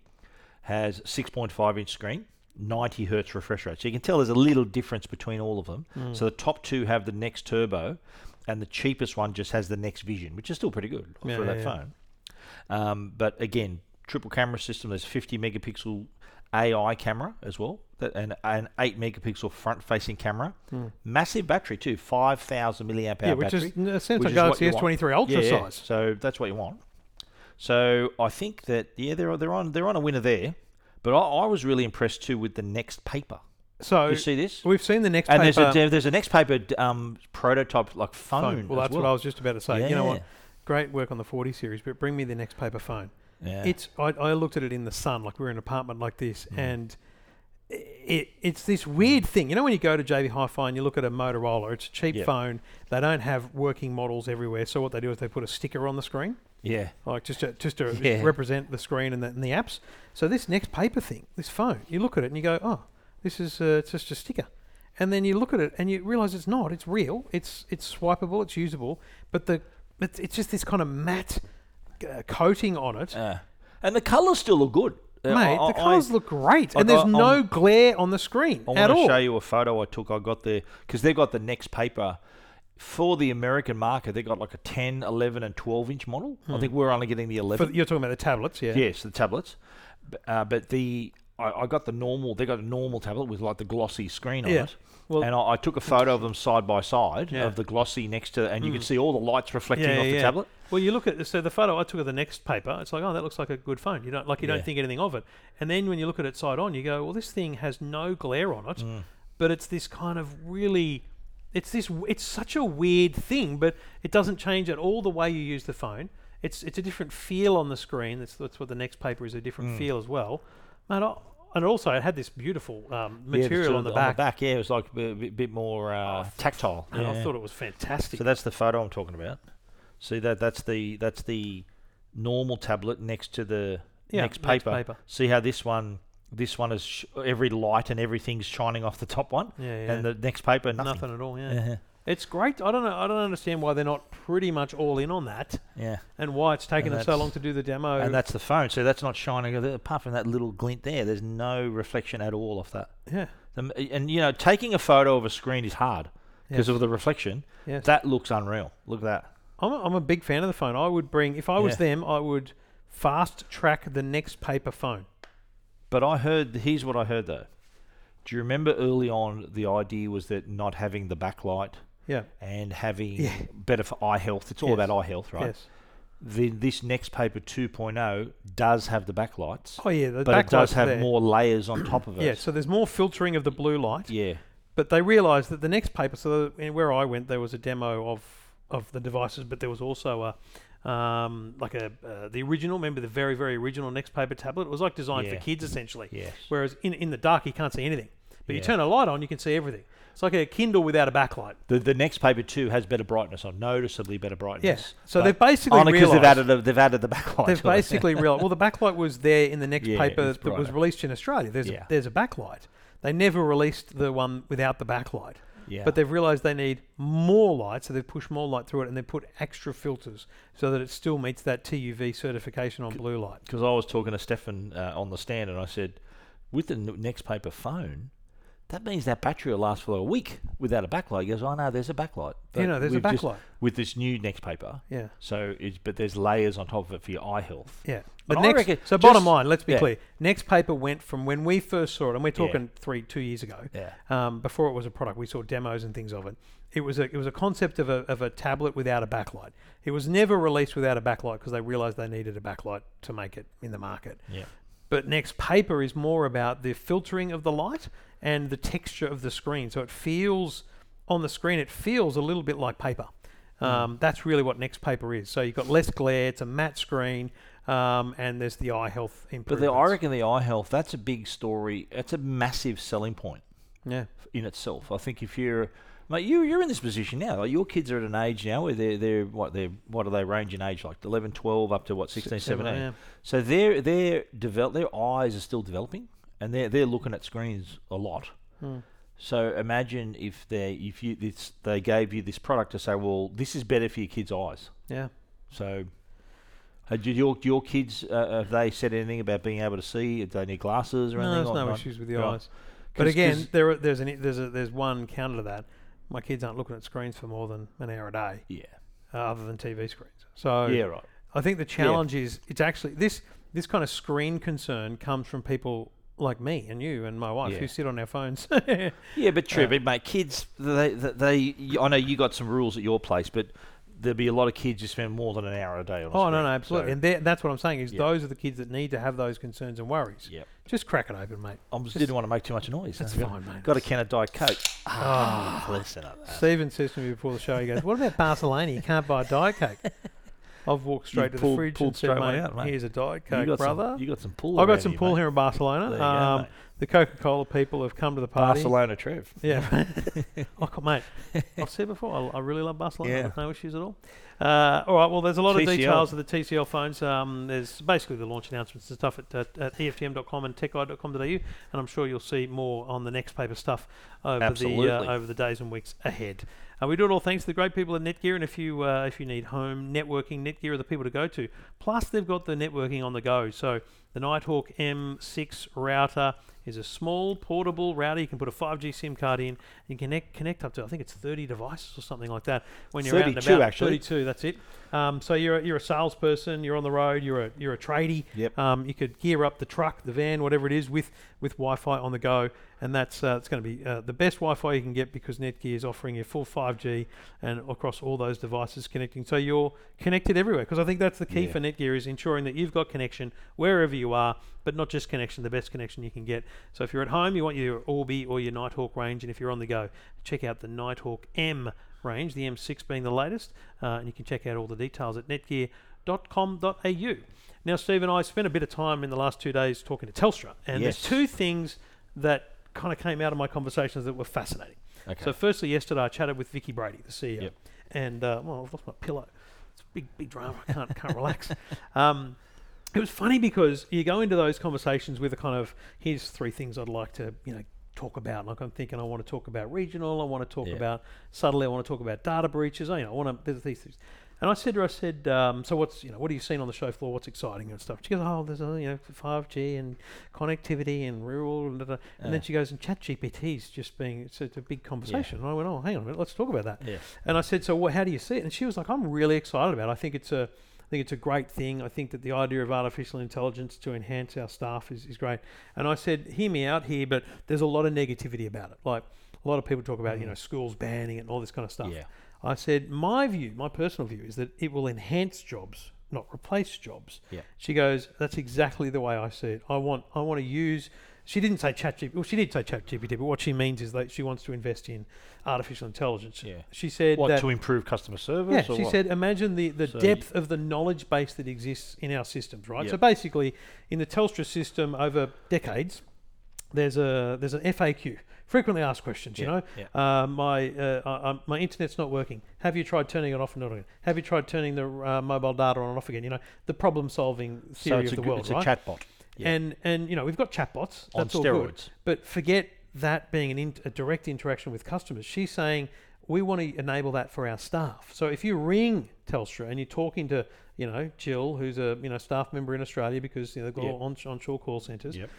S2: has 6.5 inch screen, 90 hertz refresh rate. So you can tell there's a little difference between all of them.
S1: Hmm.
S2: So the top two have the next turbo, and the cheapest one just has the next vision, which is still pretty good
S1: Yeah,
S2: for
S1: yeah,
S2: that
S1: yeah.
S2: phone. Um, but again, triple camera system. There's 50 megapixel AI camera as well, that, and an 8 megapixel front facing camera. Massive battery too, 5,000 milliamp hour
S1: Hmm. yeah, which
S2: battery.
S1: is it sounds
S2: which
S1: like
S2: is what
S1: Galaxy
S2: you want.
S1: S23 Ultra
S2: Yeah, yeah.
S1: size.
S2: So that's what you want. So I think that yeah, they're they're on they're on a winner there. But I, I was really impressed too with the next paper.
S1: So
S2: You see this?
S1: we've seen the next
S2: And
S1: paper.
S2: there's a there- there's a next paper d- um, prototype like phone.
S1: phone. Well, that's what I was just about to say. You know what?
S2: Yeah.
S1: Great work on the 40 series, but bring me the next paper phone.
S2: Yeah. Mm.
S1: It's I, I looked at it in the sun, like we are in an apartment like this, and it it's this weird thing. You know when you go to JB Hi-Fi and you look at a Motorola, it's a cheap
S2: Yeah.
S1: phone. They don't have working models everywhere, so what they do is they put a sticker on the screen,
S2: yeah.
S1: like just to, just to
S2: Yeah.
S1: represent the screen and the, and the apps. So this next paper thing, this phone, you look at it and you go, oh, this is uh, it's just a sticker. And then you look at it and you realise it's not. It's real. It's it's swipeable. It's usable. But the it's, it's just this kind of matte uh, coating on it.
S2: Uh, and the colours still look good. Uh,
S1: Mate,
S2: I-
S1: the
S2: I-
S1: colours look great,
S2: like,
S1: and there's
S2: I-
S1: no
S2: I'm-
S1: glare on the screen
S2: I
S1: at
S2: want to
S1: all.
S2: show you a photo I took. I got there because they've got the next paper for the American market. They got like a 10, 11, and 12 inch model. I think we're only getting the 11.
S1: Hmm. For, you're talking about the tablets, yeah.
S2: Yes, the tablets. B- Uh, but the I, I got the normal. They got a normal tablet with like the glossy screen on
S1: Yeah.
S2: it.
S1: Well-
S2: and I, I took a photo of them side by side
S1: Yeah. Hmm.
S2: of the glossy next to, and you could see all the lights reflecting off the tablet.
S1: Well, you look at so the photo I took of the next paper. It's like, oh, that looks like a good phone. You don't like you
S2: Yeah.
S1: don't think anything of it, and then when you look at it side on, you go, well, this thing has no glare on it,
S2: Mm.
S1: but it's this kind of really, it's this w- it's such a weird thing, but it doesn't change at all the way you use the phone. It's it's a different feel on the screen. That's that's what the next paper is a
S2: Mm.
S1: different feel as well, and I, and also it had this beautiful um,
S2: Yeah,
S1: material
S2: sort
S1: on, the
S2: of
S1: back. Oh,
S2: Yeah, it was like a bit, bit- bit more uh, tactile.
S1: and I
S2: Yeah.
S1: thought it was fantastic.
S2: So that's the photo I'm talking about. See that that's the that's the normal tablet next to the
S1: Yeah,
S2: next,
S1: next
S2: paper.
S1: paper.
S2: See how this one this one is sh- every light and everything's shining off the top one,
S1: yeah, yeah.
S2: and the next paper nothing. Uh-huh.
S1: nothing at all. Yeah.
S2: Yeah,
S1: It's great. I don't know. I don't understand why they're not pretty much all in on that,
S2: yeah.
S1: and why it's taken
S2: And
S1: them so
S2: that's-
S1: long to do the demo.
S2: and that's the phone. So that's not shining apart from that little glint there. There's no reflection at all off that.
S1: yeah,
S2: Um, And you know, taking a photo of a screen is hard because
S1: Yes.
S2: of the reflection.
S1: Yes.
S2: That looks unreal. Look at that.
S1: I'm a, I'm a big fan of the phone. I would bring if I was
S2: Yeah.
S1: them, I would fast track the next paper phone.
S2: But I heard, here's what I heard though. Do you remember early on the idea was that not having the backlight
S1: Yeah.
S2: and having
S1: Yeah.
S2: better for eye health? It's all
S1: Yes.
S2: about eye health, right?
S1: Yes.
S2: The, this next paper 2.0 does have the backlights,
S1: Oh yeah. The
S2: but it does
S1: backlight's
S2: have
S1: there.
S2: more layers on top of it.
S1: Yeah. So there's more filtering of the blue light,
S2: Yeah.
S1: but they realised that the next paper. So the- where I went, there was a demo of of the devices, but there was also a. Um, like a uh, the original, remember the very very original next paper tablet. It was like designed
S2: Yeah.
S1: for kids essentially.
S2: Yes.
S1: Whereas in, in the dark, you can't see anything. But you
S2: Yeah.
S1: turn a light on, you can see everything. It's like a Kindle without a backlight.
S2: The, the next paper too has better brightness on, noticeably better brightness.
S1: Yes. So
S2: but
S1: they've basically
S2: on it 'cause they've
S1: realised-
S2: added a, they've added the backlight.
S1: They've
S2: to it.
S1: basically realized, well, the backlight was there in the next
S2: Yeah,
S1: paper
S2: it's
S1: that was
S2: brighter.
S1: released in Australia. There's,
S2: Yeah.
S1: a, there's a backlight. They never released the one without the backlight.
S2: Yeah.
S1: But they've realized they need more light, so they've pushed more light through it and they put extra filters so that it still meets that TUV certification on blue light.
S2: because I was talking to Stefan uh, on the stand, and I said, with the n- next paper phone, that means that battery will last for like a week without a backlight. He goes, I know there's a backlight.
S1: You
S2: But
S1: know, there's a
S2: we've just-
S1: backlight.
S2: with this new next paper.
S1: Yeah.
S2: So, it's, but there's layers on top of it for your eye health.
S1: Yeah.
S2: But
S1: But
S2: I
S1: next,
S2: reckon
S1: so bottom
S2: just-
S1: line, let's be
S2: yeah.
S1: clear. Next paper went from when we first saw it, and we're talking three, two years ago.
S2: Yeah.
S1: Um, before it was a product, we saw demos and things of it. It was a it was a concept of a, of a tablet without a backlight. It was never released without a backlight because they realised they needed a backlight to make it in the market.
S2: Yeah.
S1: But next paper is more about the filtering of the light and the texture of the screen. So it feels on the screen, it feels a little bit like paper.
S2: Hmm.
S1: Um, That's really what next paper is. So you've got less glare, it's a matte screen, um, and there's the eye health
S2: But
S1: improvements.
S2: the, I reckon the eye health, that's a big story. It's a massive selling point.
S1: yeah,
S2: in itself. I think if you're, mate, you you're in this position now. Like your kids are at an age now where they're they're what they're what are they range in age like 11, 12 up to what 16, 17.
S1: yeah.
S2: So they're they're develop their eyes are still developing and they're they're looking at screens a lot.
S1: Hmm.
S2: So imagine if they if you this, they gave you this product to say, well, this is better for your kids' eyes.
S1: yeah.
S2: So Uh, do your do your kids uh, have they said anything about being able to see? Do they need glasses or
S1: No,
S2: anything?
S1: there's
S2: or
S1: no
S2: not?
S1: issues with the
S2: Right.
S1: eyes. But
S2: 'Cause-
S1: again,
S2: 'cause-
S1: there are, there's an, there's a, there's one counter to that. My kids aren't looking at screens for more than an hour a day,
S2: yeah,
S1: uh, other than TV screens. So
S2: yeah, right.
S1: I think the challenge is it's actually this this kind of screen concern comes from people like me and you and my wife
S2: Yeah.
S1: who sit on our phones.
S2: Yeah, but true, but mate, kids, they, they, they, y- I know you got some rules at your place, but there'll be a lot of kids who spend more than an hour a day on. a
S1: Oh no,
S2: screen,
S1: no, absolutely,
S2: so-
S1: and they're- that's what I'm saying is
S2: Yeah.
S1: those are the kids that need to have those concerns and worries.
S2: Yep.
S1: Just crack it open, mate.
S2: I just didn't want to make too much noise.
S1: That's
S2: I got-
S1: fine, mate.
S2: Got a can of Diet Coke. Ah, listen up.
S1: Stephen says to me before the show, he goes, "What about Barcelona? You can't buy a diet coke." I've walked
S2: You
S1: straight to the
S2: pulled-
S1: fridge
S2: pulled
S1: and said,
S2: straight
S1: mate,
S2: one out, mate.
S1: "Here's a diet
S2: You
S1: coke,
S2: got some-
S1: brother."
S2: you got some pool.
S1: I've
S2: around
S1: got some
S2: you,
S1: pool
S2: mate.
S1: here in
S2: There
S1: Barcelona.
S2: you go,
S1: um,
S2: mate.
S1: the Coca-Cola people have come to the party.
S2: Barcelona Trev.
S1: Yeah, oh, co- mate. I've said before, I, I really love Barcelona.
S2: Yeah.
S1: I've no issues at all. Uh, all right. Well, there's a lot of
S2: TCL.
S1: details of the TCL phones. Um, there's basically the launch announcements and stuff at, at, E at EFTM.com and TechEye.com.au, and I'm sure you'll see more on the next paper stuff over the
S2: Absolutely.
S1: uh, over the days and weeks ahead. Uh, we do it all thanks to the great people at Netgear, and if you uh, if you need home networking, Netgear are the people to go to. Plus, they've got the networking on the go. So the Nighthawk M6 router is a small portable router. You can put a 5G SIM card in. You can connect, connect up to I think it's 30 devices or something like that when you're out and
S2: 32
S1: about.
S2: actually.
S1: 32, that's it. Um, so you're a, you're a salesperson. You're on the road. You're a you're a tradie.
S2: Yep.
S1: Um, you could gear up the truck, the van, whatever it is, with with Wi-Fi on the go, and that's uh, it's going to be uh, the best Wi-Fi you can get because Netgear is offering you full 5G and across all those devices connecting. So you're connected everywhere because I think that's the key
S2: Yeah.
S1: for Netgear is ensuring that you've got connection wherever you are, but not just connection, the best connection you can get. So if you're at home, you want your Orbi or your Nighthawk range, and if you're on the go, check out the Nighthawk M range, the M6 being the latest, uh, and you can check out all the details at netgear.com.au. Now, Steve and I spent a bit of time in the last two days talking to Telstra, and
S2: Yes.
S1: there's two things that kind of came out of my conversations that were fascinating.
S2: Okay.
S1: So, firstly, yesterday I chatted with Vicky Brady, the CEO,
S2: Yep.
S1: and uh, well, I've lost my pillow. It's a big, big drama. I can't, can't relax. Um, it was funny because you go into those conversations with a kind of here's three things I'd like to you know talk about. Like I'm thinking I want to talk about regional. I want to talk
S2: Yeah.
S1: about subtly. I want to talk about data breaches. I, you know, I want to there's these things. And I said to her, I said, um, so what's you know what are you seeing on the show floor? What's exciting and stuff? She goes, oh, there's uh, you know 5G and connectivity and rural and da, da. and then
S2: Yeah.
S1: she goes and ChatGPT's just being it's, it's a big conversation. And I went, oh, hang on a minute, let's talk about that.
S2: yeah.
S1: And I said, "So, what, how do you see it?" And she was like, "I'm really excited about. it. I think it's a, I think it's a great thing. I think that the idea of artificial intelligence to enhance our staff is, is great." And I said, "Hear me out here, but there's a lot of negativity about it. Like a lot of people talk about, you know, schools banning it and all this kind of stuff."
S2: Yeah.
S1: I said, "My view, my personal view, is that it will enhance jobs, not replace jobs."
S2: Yeah.
S1: She goes, "That's exactly the way I see it. I want, I want to use." She didn't say ChatGPT. Well, she did say ChatGPT, but what she means is that she wants to invest in artificial intelligence.
S2: Yeah.
S1: She said
S2: What
S1: that
S2: to improve customer service?
S1: yeah,
S2: or
S1: she
S2: what?
S1: said, imagine the, the
S2: So
S1: depth of the knowledge base that exists in our systems, right? So
S2: Yep.
S1: basically, in the Telstra system over decades, there's a there's an FAQ, frequently asked questions. You
S2: Yeah,
S1: know, uh, my uh, I, I'm- my internet's not working. Have you tried turning it off and on again? Have you tried turning the uh, mobile data on and off again? You know, the problem solving
S2: so
S1: theory
S2: it's
S1: of
S2: a,
S1: the
S2: gr-
S1: world,
S2: it's
S1: right?
S2: a chatbot yeah.
S1: And and you know, we've got chatbots.
S2: on
S1: That's all good.
S2: steroids.
S1: But forget that being an in, a direct interaction with customers. She's saying we want to enable that for our staff. So if you ring Telstra and you're talking to, you know, Jill, who's a you know staff member in Australia because you know, they've got
S2: Yep.
S1: all on, onshore call centres,
S2: Yep.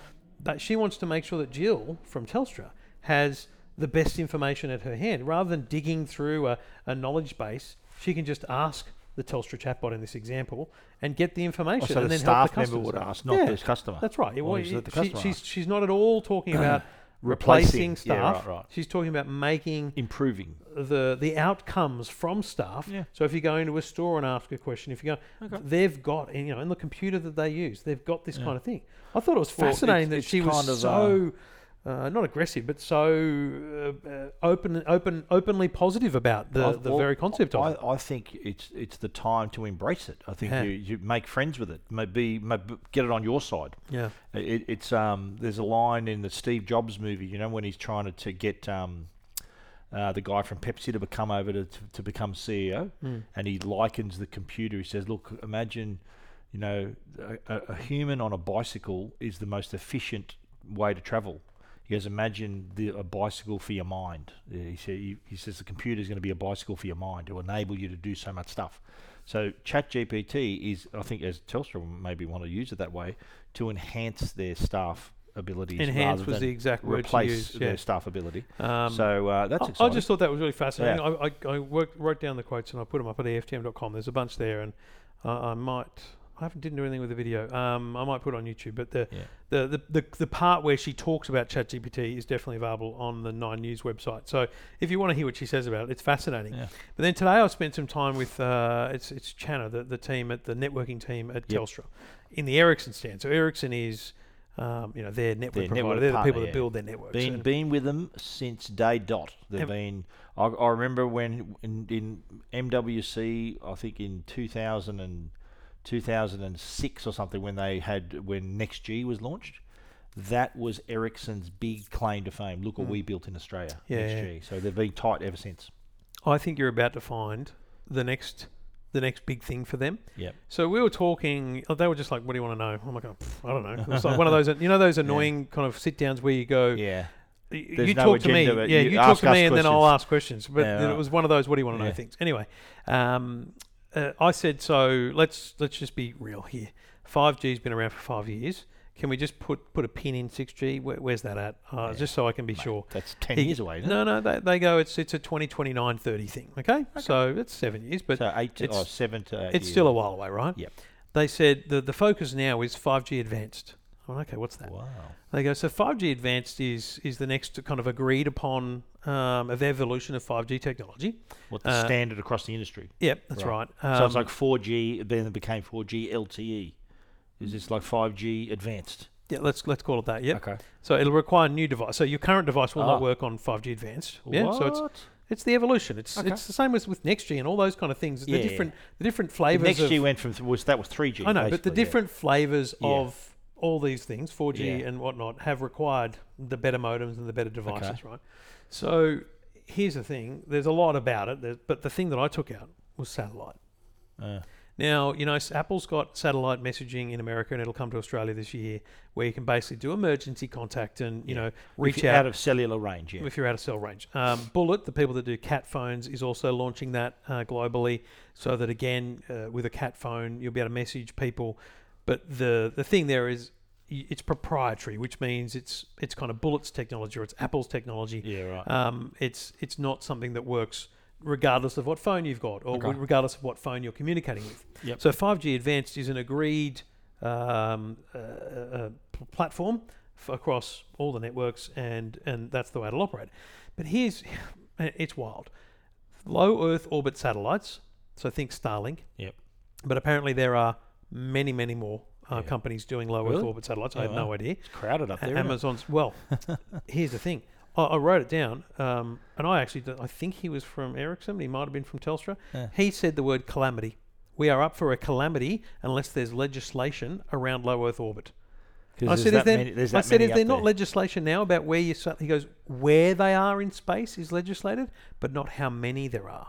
S1: that she wants to make sure that Jill from Telstra has the best information at her hand rather than digging through a, a knowledge base. She can just ask the Telstra chatbot in this example and get the information
S2: Oh, so
S1: and
S2: the
S1: then help
S2: staff
S1: the
S2: member
S1: customers.
S2: would ask, not
S1: Yeah.
S2: the customer.
S1: That's right. It
S2: Or
S1: was,
S2: is it the
S1: she-
S2: customer
S1: she's, she's not at all talking about replacing
S2: Replacing. Yeah, right,
S1: staff.
S2: right.
S1: She's talking about making
S2: improving.
S1: the the outcomes from staff.
S2: Yeah.
S1: So if you go into a store and ask a question, if you go,
S2: Okay.
S1: they've got and, you know in the computer that they use, they've got this
S2: Yeah.
S1: kind of thing. I thought it was
S2: Well, it's-
S1: fascinating that
S2: it's
S1: she was
S2: kind of,
S1: so. Uh, not aggressive, but so uh, uh, open, open, openly positive about the,
S2: I-
S1: the
S2: well,
S1: very concept of
S2: I,
S1: it.
S2: I think it's it's the time to embrace it. I think
S1: Yeah.
S2: you, you make friends with it. Maybe, maybe get it on your side.
S1: Yeah,
S2: It, it's um. There's a line in the Steve Jobs movie, you know, when he's trying to, to get um, uh, the guy from Pepsi to become over to, to, to become E CEO,
S1: Mm.
S2: and he likens the computer. He says, "Look, imagine, you know, a, a a human on a bicycle is the most efficient way to travel." He goes, "Imagine the, a bicycle for your mind." He said, "He, he says the computer is going to be a bicycle for your mind. It will enable you to do so much stuff." So ChatGPT is, I think, as Telstra maybe want to use it that way to enhance their staff abilities.
S1: Enhance
S2: rather
S1: was
S2: than
S1: the exact word to
S2: replace
S1: use.
S2: their
S1: Yeah.
S2: staff ability.
S1: Um,
S2: so uh, that's
S1: I, I
S2: exciting.
S1: just thought that was really fascinating.
S2: Yeah.
S1: I, I, I worked, wrote down the quotes and I put them up at E EFTM.com. There's a bunch there, and uh, I might. I haven't didn't do anything with the video. Um, I might put it on YouTube, but the,
S2: Yeah.
S1: the, the, the the part where she talks about ChatGPT is definitely available on the Nine News website. So if you want to hear what she says about it, it's fascinating.
S2: Yeah.
S1: But then today I spent some time with uh, it's it's Channa, the, the team at the networking team at
S2: Yep.
S1: Telstra, in the Ericsson stand. So Ericsson is, um, you know, their network
S2: Their
S1: provider.
S2: network
S1: They're the
S2: partner,
S1: people that
S2: yeah.
S1: build their networks.
S2: been
S1: And-
S2: been with them since day dot. They've
S1: Have-
S2: been. I, I remember when in, in MWC, I think in 2000 and 2006 or something, when they had when NextG was launched. That was Ericsson's big claim to fame. Look what we built in Australia.
S1: Hmm. Yeah, yeah.
S2: NextG. So they've been tight ever since.
S1: I think you're about to find the next the next big thing for them.
S2: Yep.
S1: So we were talking. oh, They were just like, "What do you want to know?" I'm like, oh, pff, "I don't know." It was like one of those, you know, those annoying kind of sit downs where you go,
S2: Yeah.
S1: y-
S2: There's
S1: "You
S2: no
S1: talk to me,
S2: agenda, but
S1: yeah, you,
S2: you
S1: talk
S2: ask
S1: to me,
S2: us
S1: and then I'll ask questions." But
S2: Yeah,
S1: then it
S2: right.
S1: was one of those, "What do you want to know?"
S2: Yeah.
S1: things. Anyway, um, uh, I said, "So let's let's just be real here. 5G's been around for five years. Can we just put put a pin in 6G? Where, where's that at? Uh,
S2: Yeah.
S1: Just so I can be
S2: Mate,
S1: sure."
S2: That's 10
S1: He-
S2: years away, isn't it?
S1: No, no, they, they go. It's it's a 2029 30 thing. Okay, so it's seven years, but
S2: so eight to,
S1: it's-
S2: oh, seven to eight
S1: it's
S2: years.
S1: still a while away, right?
S2: Yep.
S1: They said the the focus now is 5G advanced. I'm like, okay, what's that?
S2: Wow.
S1: They go. So 5G advanced is is the next kind of agreed upon um, of evolution of 5G technology.
S2: What the
S1: Uh,
S2: standard across the industry.
S1: Yep, that's right.
S2: Right.
S1: Um,
S2: so it's like 4G, then it became 4G LTE. E. Is this like 5G advanced?
S1: yeah, let's let's call it that. Yep.
S2: Okay.
S1: So it'll require new device. So your current device will
S2: Ah.
S1: not work on 5G advanced. Yeah. So it's
S2: What?
S1: it's the evolution. It's
S2: Okay.
S1: it's the same as with next G and all those kind of things. The
S2: Yeah, yeah.
S1: different the different
S2: The
S1: flavors.
S2: next
S1: of,
S2: G went from th- was that was 3G.
S1: I know, but the
S2: basically, yeah.
S1: different flavors
S2: Yeah.
S1: of all these things, 4G
S2: Yeah.
S1: and whatnot, have required the better modems and the better devices,
S2: Okay.
S1: right? So here's the thing there's a lot about it, there- but the thing that I took out was satellite.
S2: Uh,
S1: Now, you know, s- Apple's got satellite messaging in America and it'll come to Australia this year where you can basically do emergency contact and, you
S2: Yeah.
S1: know,
S2: reach
S1: reach
S2: out,
S1: out
S2: of cellular range. Yeah.
S1: if you're out of cell range. Um, Bullet, the people that do cat phones, is also launching that uh, globally, so that again, uh, with a cat phone, you'll be able to message people. But the the thing there is, y- it's proprietary, which means it's it's kind of Bullet's technology or it's Apple's technology.
S2: yeah. Right.
S1: Um, it's it's not something that works regardless of what phone you've got or
S2: Okay.
S1: regardless of what phone you're communicating with.
S2: Yep.
S1: So 5G Advanced is an agreed um, uh, uh, p- platform f- across all the networks, and and that's the way it'll operate. But here's it's wild. Low Earth orbit satellites. So think Starlink.
S2: Yep.
S1: But apparently there are many, many more uh,
S2: Yeah.
S1: companies doing low Earth
S2: Really?
S1: orbit satellites. I
S2: Oh,
S1: had no
S2: wow.
S1: idea.
S2: it's crowded up
S1: A-
S2: there. isn't it?
S1: Amazon's. Well, here's the thing. I, I wrote it down, um, and I actually, d- I think he was from Ericsson. He might have been from Telstra.
S2: Yeah.
S1: He said the word calamity. We are up for a calamity unless there's legislation around low Earth orbit.
S2: 'Cause
S1: I
S2: there's
S1: said, is
S2: that
S1: there,
S2: many- there's
S1: I
S2: that
S1: said,
S2: many
S1: is
S2: up
S1: there not
S2: there.
S1: legislation now about where you? sat-" He goes, where they are in space is legislated, but not how many there are.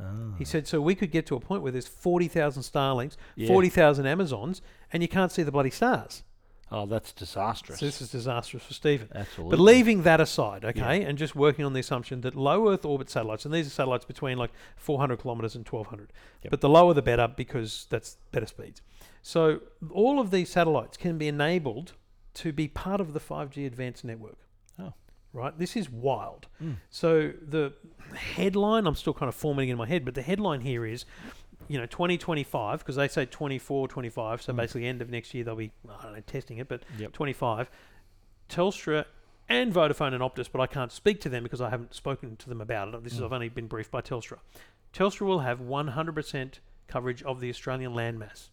S2: Ah.
S1: He said, so we could get to a point where there's forty thousand Starlings,
S2: Yeah.
S1: forty thousand Amazons, and you can't see the bloody stars.
S2: Oh, that's disastrous.
S1: So this is disastrous for Stephen.
S2: Absolutely.
S1: But leaving that aside, okay, and just working on the assumption that low Earth orbit satellites, and these are satellites between like 400 kilometers and 1200,
S2: Yep.
S1: but the lower the better because that's better speeds. So all of these satellites can be enabled to be part of the 5G advanced network.
S2: Oh.
S1: Right? This is wild.
S2: Mm.
S1: So the headline, I'm still kind of forming in my head, but the headline here is, you know, 2025, because they say 24, 25, so basically end of next year they'll be, I don't know, testing it, but
S2: Hmm. Yep.
S1: 25, Telstra and Vodafone and Optus, but I can't speak to them because I haven't spoken to them about
S2: Hmm.
S1: it. This is I've only been briefed by Telstra. Telstra will have 100% coverage of the Australian landmass.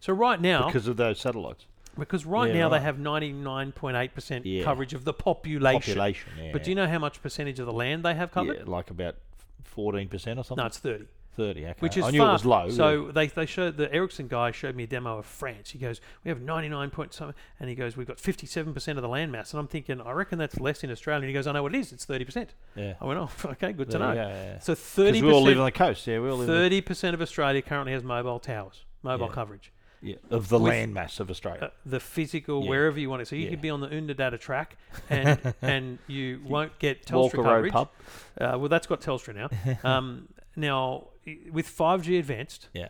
S1: So right now, because,
S2: because of those satellites
S1: right
S2: Yeah,
S1: now
S2: right.
S1: they have 99.8%
S2: Yeah.
S1: coverage of the population.
S2: population. Yeah.
S1: But do you know how much percentage of the land they have covered?
S2: Yeah, like about 14 percent or something.
S1: No, it's 30.
S2: 30. Okay.
S1: Which is
S2: I knew
S1: far,
S2: it was low.
S1: So they, they showed the Ericsson guy showed me a demo of France. He goes, we have 99 point something, and he goes, we've got 57 percent of the landmass. And I'm thinking, I reckon that's less in Australia. And he goes, I know what it is. It's 30 percent.
S2: yeah.
S1: I went, oh, okay, good to
S2: There
S1: know.
S2: you go, yeah, yeah.
S1: So
S2: 'Cause we all live on
S1: 30
S2: the coast. Yeah, we all live. on
S1: percent of Australia currently has mobile towers, mobile
S2: Yeah.
S1: coverage.
S2: the, yeah, of the
S1: with-
S2: landmass of
S1: Uh,
S2: Australia.
S1: the physical,
S2: Yeah.
S1: wherever you want it. So you
S2: Yeah.
S1: could be on the Underdata track, and and you won't get Telstra
S2: Walker Road
S1: coverage.
S2: pub.
S1: Uh, well, that's got Telstra now. Um, now i- with 5G advanced,
S2: Yeah.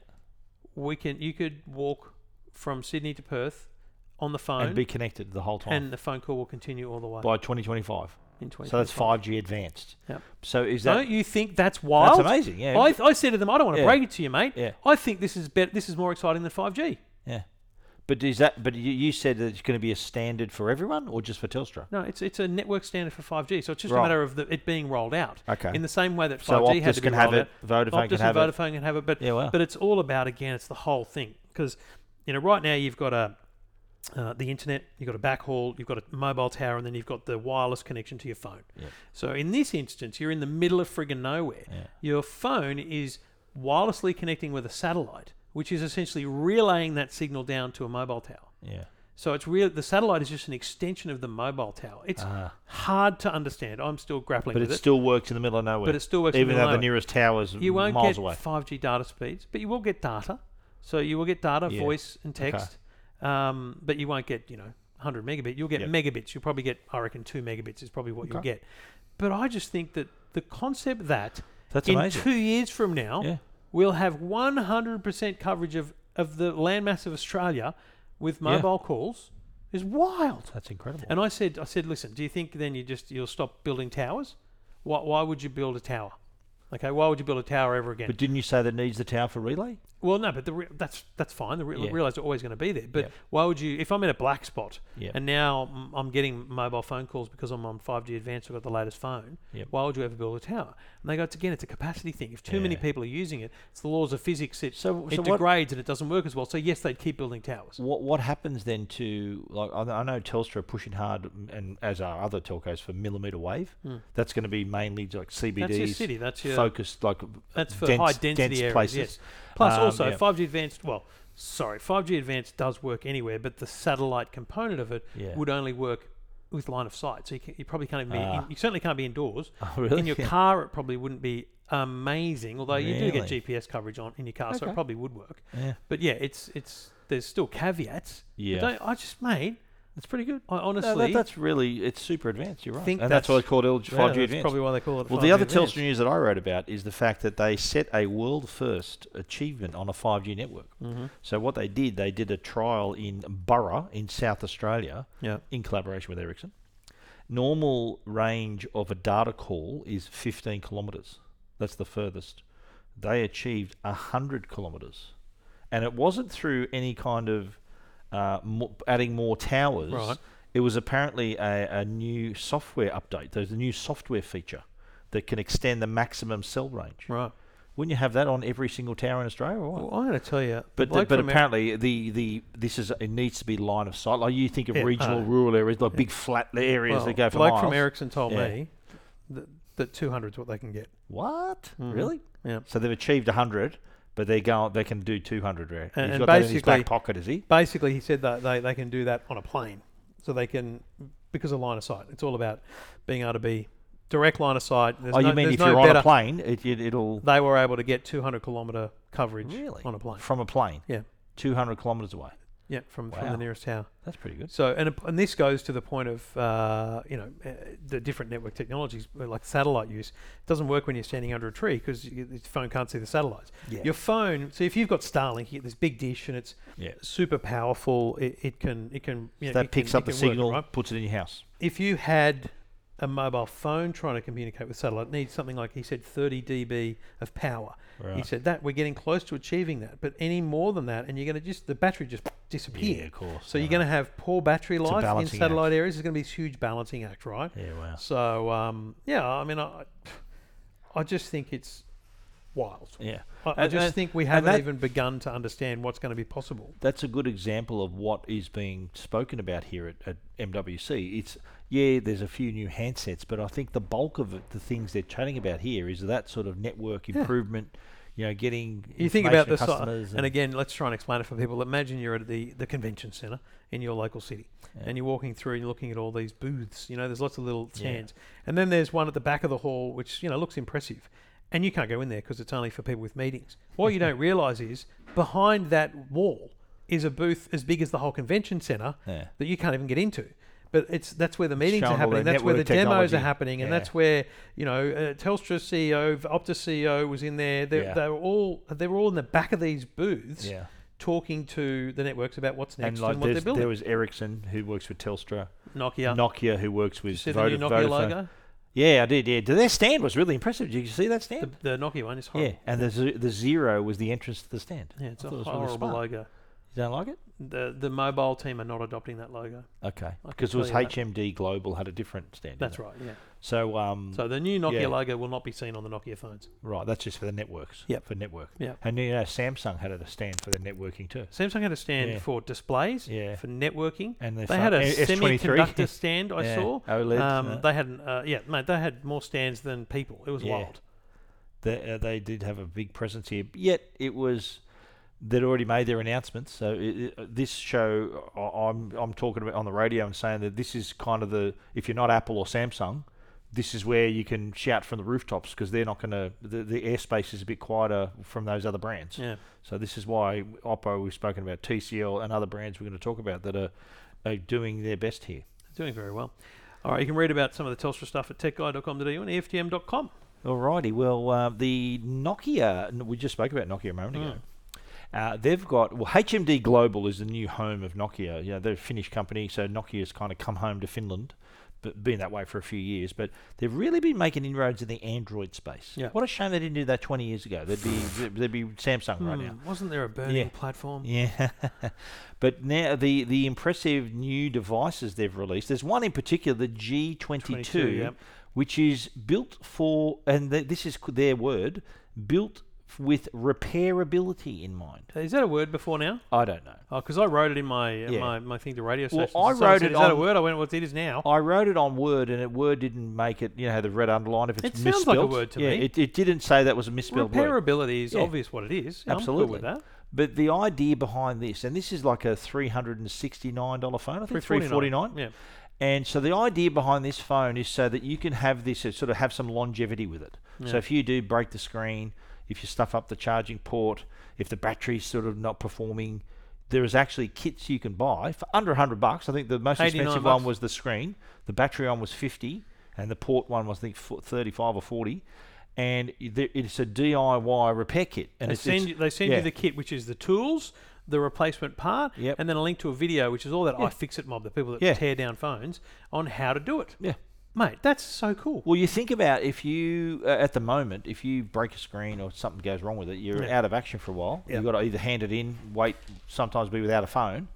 S1: we can you could walk from Sydney to Perth on the phone,
S2: and be connected the whole time
S1: and the phone call will continue all the way
S2: by 2025.
S1: in 20.
S2: So that's 5G advanced.
S1: Yep.
S2: So is that
S1: Don't you think that's
S2: that's
S1: wild?
S2: amazing? Yeah.
S1: I, I said to them, I don't want to
S2: Yeah.
S1: break it to you, mate.
S2: Yeah.
S1: I think this is better. This is more exciting than 5G.
S2: yeah. But is that? But you, you said that it's going to be a standard for everyone, or just for Telstra?
S1: No, it's it's a network standard for 5G. So it's just a
S2: Right.
S1: matter of the, it being rolled out
S2: Okay.
S1: in the same way that 5G
S2: so
S1: had
S2: Optus
S1: to be
S2: can
S1: rolled
S2: have it.
S1: out.
S2: Vodafone
S1: Optus
S2: can have
S1: and
S2: it.
S1: Vodafone can have it, but
S2: Yeah. Wow.
S1: but it's all about again, it's the whole thing because you know right now you've got a uh, the internet, you've got a backhaul, you've got a mobile tower, and then you've got the wireless connection to your phone.
S2: Yeah.
S1: So in this instance, you're in the middle of friggin' nowhere.
S2: Yeah.
S1: Your phone is wirelessly connecting with a satellite, which is essentially relaying that signal down to a mobile tower.
S2: Yeah.
S1: So it's real. The satellite is just an extension of the mobile tower. It's
S2: Ah.
S1: hard to understand. I'm still grappling
S2: But
S1: with
S2: it
S1: it,
S2: still works in the middle of nowhere.
S1: but it still works. in
S2: even
S1: the middle
S2: though
S1: of
S2: the
S1: nowhere.
S2: nearest tower's
S1: you won't
S2: miles
S1: get
S2: away.
S1: 5G data speeds, but you will get data. So you will get data,
S2: Yeah.
S1: voice and
S2: Okay.
S1: text, um, but you won't get you know 100 megabit. You'll get
S2: Yep.
S1: megabits. You'll probably get I reckon two megabits is probably what you'll
S2: Okay.
S1: get. But I just think that the concept that
S2: That's
S1: in
S2: amazing.
S1: two years from now
S2: Yeah.
S1: we'll have 100% coverage of of the landmass of Australia with
S2: Yeah.
S1: mobile calls is wild.
S2: That's incredible.
S1: And I said, I said, listen, do you think then you just you'll stop building towers? Why, why would you build a tower? Okay, why would you build a tower ever again?
S2: But didn't you say that needs the tower for relay?
S1: well, no, but the re- that's that's fine. The re-
S2: Yeah.
S1: realize are always going to be there. But
S2: Yep.
S1: why would you? If I'm in a black spot
S2: Yep.
S1: and now mm, I'm getting mobile phone calls because I'm on 5G Advanced, I've got the latest phone.
S2: Yep.
S1: Why would you ever build a tower? And they go, it's again, it's a capacity thing. If too many
S2: Yeah.
S1: people are using it, it's the laws of physics. It,
S2: So,
S1: it
S2: so what,
S1: degrades and it doesn't work as well. So yes, they'd keep building towers.
S2: what what happens then to like I I know Telstra are pushing hard and as are other telcos for millimeter wave.
S1: Mm.
S2: That's going to be mainly like
S1: That's your
S2: CBDs
S1: city. That's your
S2: focused like
S1: That's for
S2: dense,
S1: high density
S2: dense
S1: areas.
S2: places.
S1: Yes. Plus,
S2: Um,
S1: also
S2: yeah.
S1: 5G advanced. Well, sorry, 5G advanced does work anywhere, but the satellite component of it
S2: Yeah.
S1: would only work with line of sight. So you, can, you probably can't even be.
S2: Ah.
S1: in- you certainly can't be indoors.
S2: Oh, really?
S1: In your car, it probably wouldn't be amazing. Although you do get
S2: Really?
S1: GPS coverage on in your car, so it
S2: Okay.
S1: probably would work.
S2: yeah.
S1: But yeah, it's it's there's still caveats. But
S2: Yeah.
S1: don't, I just made.
S2: That's pretty good.
S1: I honestly
S2: No, that, that's really it's super advanced. You're right.
S1: think
S2: and that's, why
S1: that's-
S2: it's called LG
S1: Yeah,
S2: 5G
S1: that's
S2: advanced.
S1: probably why they call it.
S2: Well, the other
S1: advanced.
S2: Telstra news that I wrote about is the fact that they set a world first achievement on a 5G network.
S1: Mhm.
S2: So, what they did, they did a trial in Burra in South Australia
S1: Yeah.
S2: in collaboration with Ericsson. Normal range of a data call is 15 kilometres. That's the furthest. They achieved 100 kilometres. And it wasn't through any kind of uh, mo- adding more towers.
S1: Right.
S2: It was apparently a, a new software update. There's a new software feature that can extend the maximum cell range.
S1: Right.
S2: Wouldn't you have that on every single tower in Australia? Or what?
S1: Well, I'm going to tell you. the
S2: But the,
S1: bloke
S2: but
S1: from Ericsson-
S2: apparently the, the this is it needs to be line of sight. Like you think of
S1: Yeah,
S2: regional
S1: uh,
S2: rural areas, like big flat areas that go for
S1: bloke
S2: miles.
S1: from Ericsson told
S2: Yeah.
S1: me that, that 200 is what they can get.
S2: what
S1: Mm-hmm.
S2: really?
S1: Yeah.
S2: So they've achieved hundred, but they go they can do two hundred. Right?
S1: And-
S2: He's
S1: and
S2: got that in his
S1: basically-
S2: back pocket, is he?
S1: Basically, he said that they, they can do that on a plane. So they can, because of line of sight. It's all about being able to be direct line of sight. There's
S2: oh, you
S1: no-
S2: mean
S1: there's
S2: if
S1: no
S2: you're on
S1: better-
S2: a plane, it, it, it'll
S1: They were able to get 200 kilometre coverage
S2: really
S1: on a plane.
S2: from a plane?
S1: Yeah.
S2: two hundred kilometers away.
S1: Yeah, from, from
S2: Wow.
S1: the nearest tower.
S2: That's pretty good.
S1: So, and, and this goes to the point of, uh, you know, uh, the different network technologies, uh, like satellite use. It doesn't work when you're standing under a tree because your phone can't see the satellites.
S2: Yeah.
S1: Your phone, so if you've got Starlink, you get this big dish and it's
S2: yeah.
S1: super powerful. It, it can, it can, you know,
S2: that
S1: it
S2: picks
S1: can-
S2: up
S1: it
S2: the
S1: can work,
S2: signal,
S1: right?
S2: puts it in your house.
S1: If you had a mobile phone trying to communicate with satellite, it needs something like he said, 30 dB of power. He said that we're getting close to achieving that, but any more than that, and you're going to just the battery just disappear.
S2: Yeah, of course.
S1: So you're going to have poor battery
S2: It's a
S1: life in
S2: balancing
S1: satellite areas. There's going to be this huge balancing act, right?
S2: to. Yeah. Wow.
S1: So um, yeah, I mean, I, I just think it's wild.
S2: Yeah.
S1: I, I
S2: And-
S1: just
S2: and-
S1: think we
S2: and
S1: haven't
S2: that-
S1: even begun to understand what's going to be possible.
S2: that's a good example of what is being spoken about here at, at MWC. It's yeah, there's a few new handsets, but I think the bulk of it, the things they're chatting about here is that sort of network improvement. You know, getting
S1: You think about
S2: information
S1: the
S2: to
S1: si-
S2: customers
S1: and again, let's try and explain it for people. Imagine you're at the, the convention center in your local city,
S2: Yeah.
S1: and you're walking through and you're looking at all these booths. You know, there's lots of little
S2: Yeah.
S1: stands, and then there's one at the back of the hall, which you know looks impressive, and you can't go in there because it's only for people with meetings. What you don't realize is behind that wall is a booth as big as the whole convention center
S2: Yeah.
S1: that you can't even get into. But it's that's where the meetings
S2: Showing
S1: are
S2: all
S1: happening.
S2: their
S1: That's where the
S2: network
S1: demos are
S2: technology.
S1: happening, and
S2: Yeah.
S1: that's where you know uh, Telstra CEO, Optus CEO was in there. They,
S2: Yeah.
S1: they were all they were all in the back of these booths
S2: Yeah.
S1: talking to the networks about what's next
S2: And
S1: and,
S2: like
S1: what they're
S2: there's- there
S1: building.
S2: was Ericsson who works for Telstra,
S1: Nokia.
S2: Nokia who works with
S1: See the new
S2: Vodaf-
S1: Nokia
S2: Vodafone.
S1: logo?
S2: Yeah, I did. Yeah, their stand was really impressive. Did you see that stand?
S1: The, the Nokia one is
S2: yeah,
S1: horrible.
S2: and the ze- the zero was the entrance to the stand.
S1: Yeah, it's
S2: I
S1: a
S2: thought it was really
S1: horrible
S2: smart.
S1: logo.
S2: You don't like it?
S1: The the mobile team are not adopting that logo.
S2: Okay,
S1: I can
S2: because it
S1: tell
S2: was
S1: you that.
S2: HMD Global had a different stand. didn't
S1: That's
S2: it?
S1: right. Yeah.
S2: So um,
S1: So the new Nokia
S2: Yeah.
S1: logo will not be seen on the Nokia phones.
S2: right, that's just for the networks.
S1: Yep.
S2: for network.
S1: Yep.
S2: and you know Samsung had a stand for their networking too.
S1: Samsung had a stand
S2: Yeah.
S1: for displays,
S2: Yeah,
S1: for networking.
S2: and their
S1: They
S2: phone-
S1: had a
S2: A- S23.
S1: semiconductor stand I
S2: Yeah,
S1: saw.
S2: OLEDs,
S1: Um,
S2: uh,
S1: they had, an- uh, yeah, mate, they had more stands than people. It was
S2: Yeah.
S1: wild.
S2: they, uh, they did have a big presence here. Yet it was they'd already made their announcements. So it, it, this show, I- I'm I'm talking about on the radio and saying that this is kind of the if you're not Apple or Samsung, this is where you can shout from the rooftops because they're not going to the, the airspace is a bit quieter from those other brands.
S1: Yeah,
S2: So this is why Oppo we've spoken about TCL and other brands we're going to talk about that are, are doing their best here.
S1: doing very well. All right, you can read about some of the Telstra stuff at techguy.com.au E and EFTM.com.
S2: Alrighty, well, uh, the Nokia, n- we just spoke about Nokia a moment ago. Uh, they've got, well, HMD Global is the new home of Nokia. You know, they're a Finnish company, so Nokia's kind of come home to Finland, but been that way for a few years. But they've really been making inroads in the Android space.
S1: Yeah.
S2: What a shame they didn't do that 20 years ago. There'd be, there'd be Samsung right now.
S1: Hmm, Wasn't there a burning
S2: Yeah.
S1: platform?
S2: Yeah, but now the the impressive new devices they've released. There's one in particular, the G22,
S1: yep.
S2: which is built for, and th- this is c- their word, built f- with repairability in mind.
S1: Is that a word before now?
S2: I don't know.
S1: Oh, because I wrote it in my, uh,
S2: Yeah.
S1: my my thing to radio
S2: Well,
S1: stations.
S2: I
S1: and someone
S2: wrote
S1: said,
S2: it
S1: Is that a
S2: on-
S1: word? I went, well, it is now.
S2: I wrote it on Word, and it Word didn't make it. You know, the red underline if it's
S1: It sounds like a
S2: misspelt.
S1: word to
S2: yeah,
S1: me.
S2: It, it didn't say that was a misspelled word.
S1: Repairability is
S2: Yeah.
S1: obvious what it is. I'm cool
S2: Absolutely.
S1: with that.
S2: But the idea behind this, and this is like a three hundred and sixty-nine dollar phone, I think three forty-nine.
S1: Yeah.
S2: And so the idea behind this phone is so that you can have this uh, sort of have some longevity with it. So
S1: Yeah.
S2: if you do break the screen, if you stuff up the charging port, if the battery's sort of not performing, there is actually kits you can buy for under 100 bucks. I think the most
S1: 89
S2: expensive
S1: bucks.
S2: one was the screen, the battery on was 50, and the port one was I think fo- 35 or 40. And i- there- it's a DIY repair kit, and
S1: They
S2: it's, it's-
S1: send, you, they send
S2: yeah.
S1: you the kit, which is the tools, the replacement part,
S2: Yep.
S1: and then a link to a video, which is all that
S2: Yeah.
S1: I fix it mob, the people that
S2: Yeah.
S1: tear down phones, on how to do it.
S2: yeah.
S1: Mate, that's so cool.
S2: Well, you think about if you uh, at the moment, if you break a screen or something goes wrong with it, you're
S1: Yeah.
S2: out of action for a while.
S1: Yeah.
S2: You've got to either hand it in, wait, sometimes be without a phone.